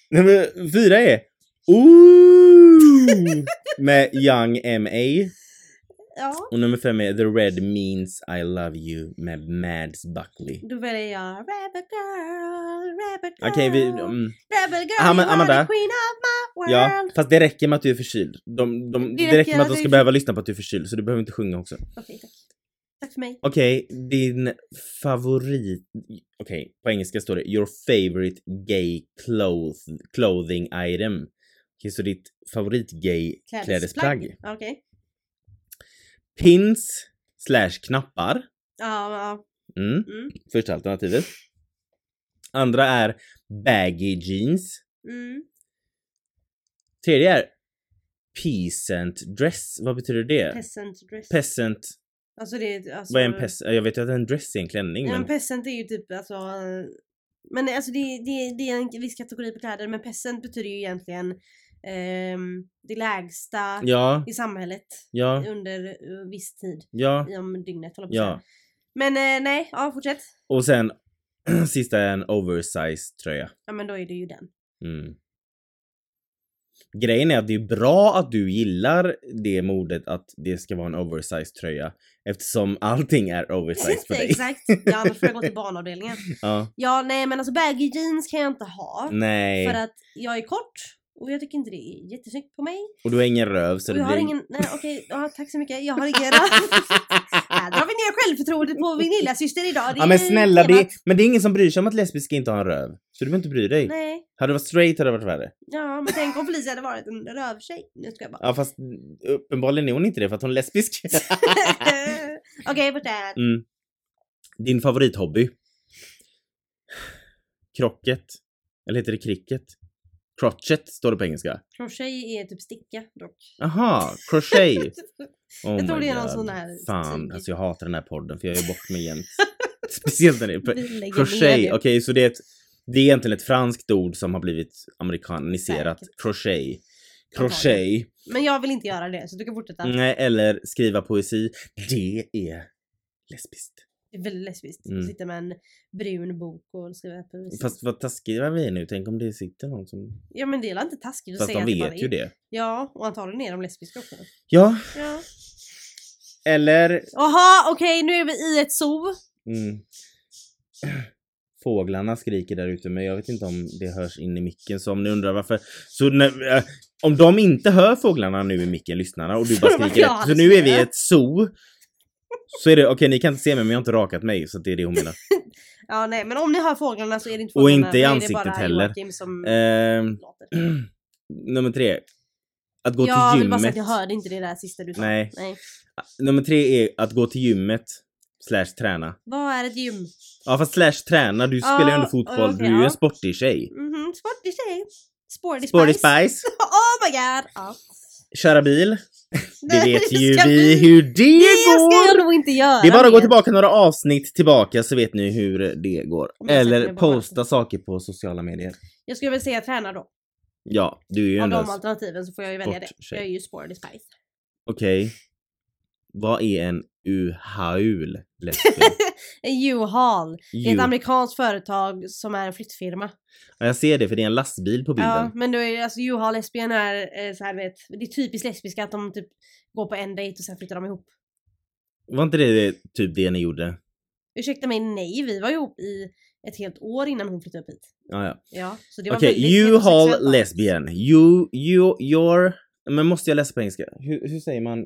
Speaker 1: Nummer fyra
Speaker 2: [laughs]
Speaker 1: är Ooh! med Young M.A.
Speaker 2: Ja,
Speaker 1: Och nummer fem är The Red Means I Love You med Mads Buckley.
Speaker 2: då väljer jag Rebel Girl, Rebel Girl.
Speaker 1: Okej, vi... Mm,
Speaker 2: Rebel Girl,
Speaker 1: Ama-
Speaker 2: you are
Speaker 1: Amanda.
Speaker 2: the queen of my world.
Speaker 1: ja, fast det räcker med att du är förkyld. De, de,
Speaker 2: Det
Speaker 1: det räcker med att
Speaker 2: räcker,
Speaker 1: de
Speaker 2: det-
Speaker 1: ska behöva lyssna på att du är förkyld, så du behöver inte sjunga också.
Speaker 2: Okej, tack. Tack för mig.
Speaker 1: Okej, din favorit... Okej, på engelska står det your favorite gay cloth, clothing item. Okej, så ditt favorit gay klädesplagg.
Speaker 2: Okej.
Speaker 1: Pins slash knappar.
Speaker 2: Ja, ja.
Speaker 1: Mm.
Speaker 2: Mm.
Speaker 1: Första alternativet. Andra är baggy jeans.
Speaker 2: Mm.
Speaker 1: Tredje är peasant dress. Vad betyder det?
Speaker 2: Peasant dress.
Speaker 1: Peasant.
Speaker 2: alltså det är... Alltså,
Speaker 1: Vad är en peasant? Jag vet ju att en dress är en klänning
Speaker 2: Ja, men
Speaker 1: men...
Speaker 2: peasant är ju typ alltså... eh, Men alltså det, det, det är en viss kategori på kläder men peasant betyder ju egentligen ehm, det lägsta
Speaker 1: Ja,
Speaker 2: i samhället
Speaker 1: ja,
Speaker 2: under eh, viss tid
Speaker 1: ja,
Speaker 2: i om dygnet håller på att säga.
Speaker 1: ja.
Speaker 2: Men eh, nej, ja fortsätt.
Speaker 1: Och sen [clears throat] sista är en oversized tröja.
Speaker 2: Ja men då är det ju den.
Speaker 1: Mm. Grejen är att det är bra att du gillar det modet att det ska vara en oversized tröja eftersom allting är oversized för dig.
Speaker 2: [laughs] Exakt. Ja annars får jag
Speaker 1: [laughs]
Speaker 2: gå till barnavdelningen.
Speaker 1: Ja,
Speaker 2: Ja nej men alltså baggy jeans kan jag inte ha.
Speaker 1: nej.
Speaker 2: För att jag är kort och jag tycker inte det är jättesnyggt på mig.
Speaker 1: Och du har ingen röv så
Speaker 2: och
Speaker 1: det
Speaker 2: jag har
Speaker 1: blir...
Speaker 2: ingen, nej okej, ja, tack så mycket. Jag har ingen röv. Här drar vi ner självförtroendet på min lilla syster idag.
Speaker 1: [laughs]
Speaker 2: Det
Speaker 1: ja men
Speaker 2: är
Speaker 1: snälla, det
Speaker 2: temat.
Speaker 1: är, men det är ingen som bryr sig om att lesbiska inte har en röv. Så du behöver inte bry dig.
Speaker 2: Nej,
Speaker 1: Hade det varit straight hade det varit värre.
Speaker 2: ja men tänk om Felicia hade varit en rövtjej. Nu ska
Speaker 1: [laughs]
Speaker 2: jag bara...
Speaker 1: Ja fast mm, uppenbarligen är hon inte det för att hon är lesbisk.
Speaker 2: [laughs] okej, bort där.
Speaker 1: mm. Din favorithobby? Krocket? Eller heter det cricket? Crotchet står det på engelska.
Speaker 2: Crochet är typ sticka dock.
Speaker 1: Aha, crochet! Oh
Speaker 2: [laughs] Jag tror
Speaker 1: my
Speaker 2: det är någon
Speaker 1: God.
Speaker 2: sån här- typ-
Speaker 1: Fan, alltså jag hatar den här podden för jag gör bort mig jämt. [laughs] Speciellt när det är på
Speaker 2: Vi lägger ner
Speaker 1: Crochet,
Speaker 2: det.
Speaker 1: okej så det är, ett, det är egentligen ett franskt ord som har blivit amerikaniserat.
Speaker 2: Säkert.
Speaker 1: Crochet. Crochet.
Speaker 2: Men jag vill inte göra det så du kan fortsätta.
Speaker 1: Nej, eller skriva poesi. Det är lesbiskt.
Speaker 2: Det är väldigt lesbiskt.
Speaker 1: Mm.
Speaker 2: Sitta med en brun bok och skriva på
Speaker 1: Fast vad taskiga vi är nu, tänk om det sitter någon som...
Speaker 2: Ja men det är väl inte taskigt att
Speaker 1: Fast
Speaker 2: säga
Speaker 1: de
Speaker 2: att bara
Speaker 1: vet ju
Speaker 2: är-
Speaker 1: det.
Speaker 2: Ja, och antagligen är de lesbiska också.
Speaker 1: Ja,
Speaker 2: Ja.
Speaker 1: eller...
Speaker 2: Jaha, okej nu är vi i ett zoo.
Speaker 1: Mm. [clears throat] Fåglarna skriker där ute men jag vet inte om det hörs in i micken så om ni undrar varför... Så när, eh, om de inte hör fåglarna nu i micken, lyssnarna, och du bara
Speaker 2: [laughs] Så de bara,
Speaker 1: skriker
Speaker 2: "Ja,
Speaker 1: rätt, så nu är vi i
Speaker 2: lyssnare."
Speaker 1: ett zoo. Så är det, okej ni kan inte se mig men jag har inte rakat mig så att det är det hon menar.
Speaker 2: Ja nej men om ni hör fåglarna så är det inte
Speaker 1: Och
Speaker 2: fåglarna.
Speaker 1: inte i
Speaker 2: då är det
Speaker 1: ansiktet
Speaker 2: bara
Speaker 1: heller.
Speaker 2: Joakim som
Speaker 1: Ehm,
Speaker 2: Mm. låter.
Speaker 1: [clears throat] nummer tre. Att gå
Speaker 2: jag
Speaker 1: till
Speaker 2: vill bara säga
Speaker 1: gymmet.
Speaker 2: att jag hörde inte det där sista du sa.
Speaker 1: Nej.
Speaker 2: nej.
Speaker 1: Nummer tre är att gå till gymmet. Slash träna.
Speaker 2: Vad är ett gym?
Speaker 1: Ja fast slash träna, du spelar ju
Speaker 2: Ja,
Speaker 1: ändå fotboll,
Speaker 2: okej,
Speaker 1: du är ju
Speaker 2: ja.
Speaker 1: en sportig tjej.
Speaker 2: Mhm, sportig tjej. Sporty,
Speaker 1: Sporty
Speaker 2: spice.
Speaker 1: spice,
Speaker 2: [laughs] oh my god! Ja.
Speaker 1: köra
Speaker 2: [laughs]
Speaker 1: bil. Det vet ju
Speaker 2: ska
Speaker 1: vi hur
Speaker 2: Det
Speaker 1: det
Speaker 2: ska jag
Speaker 1: går!
Speaker 2: nog inte göra.
Speaker 1: Det är bara att gå
Speaker 2: mer.
Speaker 1: tillbaka några avsnitt tillbaka så vet ni hur det går.
Speaker 2: Om jag sätter
Speaker 1: Eller
Speaker 2: mig bara-
Speaker 1: posta saker på sociala medier.
Speaker 2: Jag skulle väl säga träna då.
Speaker 1: Ja, du är ju
Speaker 2: Av
Speaker 1: ändå...
Speaker 2: de alternativen så får jag ju välja det.
Speaker 1: sporttjej.
Speaker 2: Jag är ju sporty spice.
Speaker 1: Okej. Vad är en uhaul
Speaker 2: [laughs]
Speaker 1: lesbian?
Speaker 2: U-Haul. Det är ett
Speaker 1: U-
Speaker 2: amerikanskt företag som är en flyttfirma.
Speaker 1: Ja, Jag ser det för det är en lastbil på
Speaker 2: Ja,
Speaker 1: bilden.
Speaker 2: men då är det, alltså Juha och lesbien är eh, så här, vet, det är typiskt lesbiska att de typ går på en dejt och sen flyttar de ihop.
Speaker 1: Var inte det typ det ni gjorde?
Speaker 2: Ursäkta mig, nej, vi var ihop i ett helt år innan hon flyttade upp hit.
Speaker 1: Ja, ja.
Speaker 2: Ja, så det var
Speaker 1: Okej,
Speaker 2: väldigt
Speaker 1: you
Speaker 2: heterosexuellt,
Speaker 1: haul
Speaker 2: va?
Speaker 1: lesbian. You, you, your... Men måste jag läsa på engelska? Hur, hur säger man...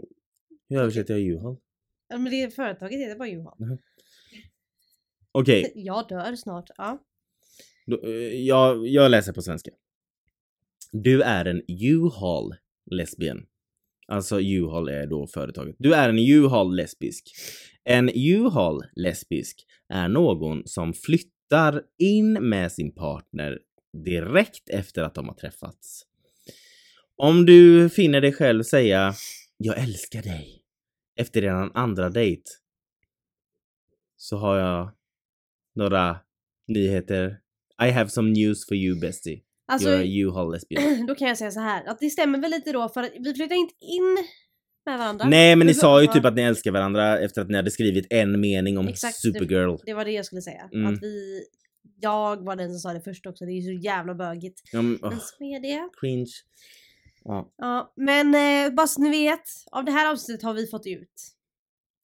Speaker 1: Hur översätter jag you haul?
Speaker 2: Ja, men det företaget heter bara Juha.
Speaker 1: Okej,
Speaker 2: Jag dör snart. Ja.
Speaker 1: Då, eh, jag, jag läser på svenska. Du är en U-Haul lesbian. Alltså U-Haul är då företaget. Du är en U-Haul lesbisk. En U-Haul lesbisk är någon som flyttar in med sin partner direkt efter att de har träffats. Om du finner dig själv säga “Jag älskar dig” efter en andra dejt så har jag några nyheter i have some news for you bestie.
Speaker 2: Alltså,
Speaker 1: You're a U-Haul
Speaker 2: [clears throat]
Speaker 1: lesbian.
Speaker 2: då kan jag säga så här att det stämmer väl lite då för att vi flyttade inte in med varandra.
Speaker 1: Nej men ni
Speaker 2: Vi-
Speaker 1: sa ju
Speaker 2: Alltså, ja,
Speaker 1: typ att ni älskar varandra efter att ni hade skrivit en mening om
Speaker 2: Exakt, typ. det-
Speaker 1: Supergirl.
Speaker 2: Det var det jag skulle säga.
Speaker 1: Mm.
Speaker 2: Att vi... Jag var den som sa det först också, det är ju så jävla bögigt.
Speaker 1: Ja, men, åh,
Speaker 2: Men så är det.
Speaker 1: cringe.
Speaker 2: [laughs]
Speaker 1: Ja.
Speaker 2: Ja, men eh, bara så ni vet, av det här avsnittet har vi fått ut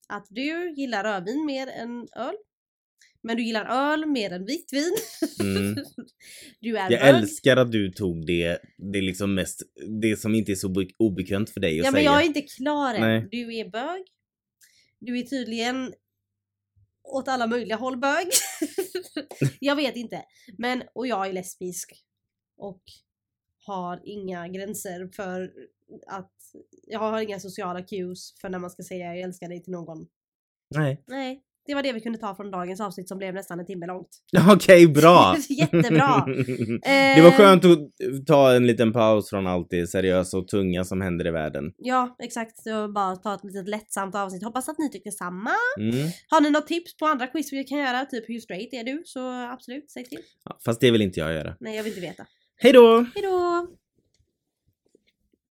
Speaker 2: att du gillar rödvin mer än öl. Men du gillar öl mer än vitt vin.
Speaker 1: Mm.
Speaker 2: [laughs] Du är
Speaker 1: Jag
Speaker 2: bög.
Speaker 1: älskar att du tog det, det liksom mest, det som inte är så obe- obekvämt för dig att
Speaker 2: Ja men
Speaker 1: säga.
Speaker 2: jag är inte klar än.
Speaker 1: Nej.
Speaker 2: Du är bög. Du är tydligen åt alla möjliga håll bög. [laughs] jag vet inte. Men, och jag är lesbisk. Och har inga gränser för att, jag har inga sociala cues för när man ska säga jag älskar dig till någon.
Speaker 1: Nej. [laughs]
Speaker 2: Nej, det var det vi kunde ta från dagens avsnitt som blev nästan en timme långt.
Speaker 1: Okej, bra!
Speaker 2: [laughs] Jättebra!
Speaker 1: [laughs] det var
Speaker 2: Eh,
Speaker 1: skönt att ta en liten paus från allt det seriösa och tunga som händer i världen.
Speaker 2: Eh, Ja, exakt. Det var bara att ta ett litet lättsamt avsnitt. Hoppas att ni tycker samma.
Speaker 1: Mm.
Speaker 2: Har ni något tips på andra quiz vi kan göra? Typ hur straight är du? Så absolut, säg till.
Speaker 1: Ja, fast det vill inte jag göra.
Speaker 2: Nej, jag vill inte veta.
Speaker 1: Hej då!
Speaker 2: Hejdå!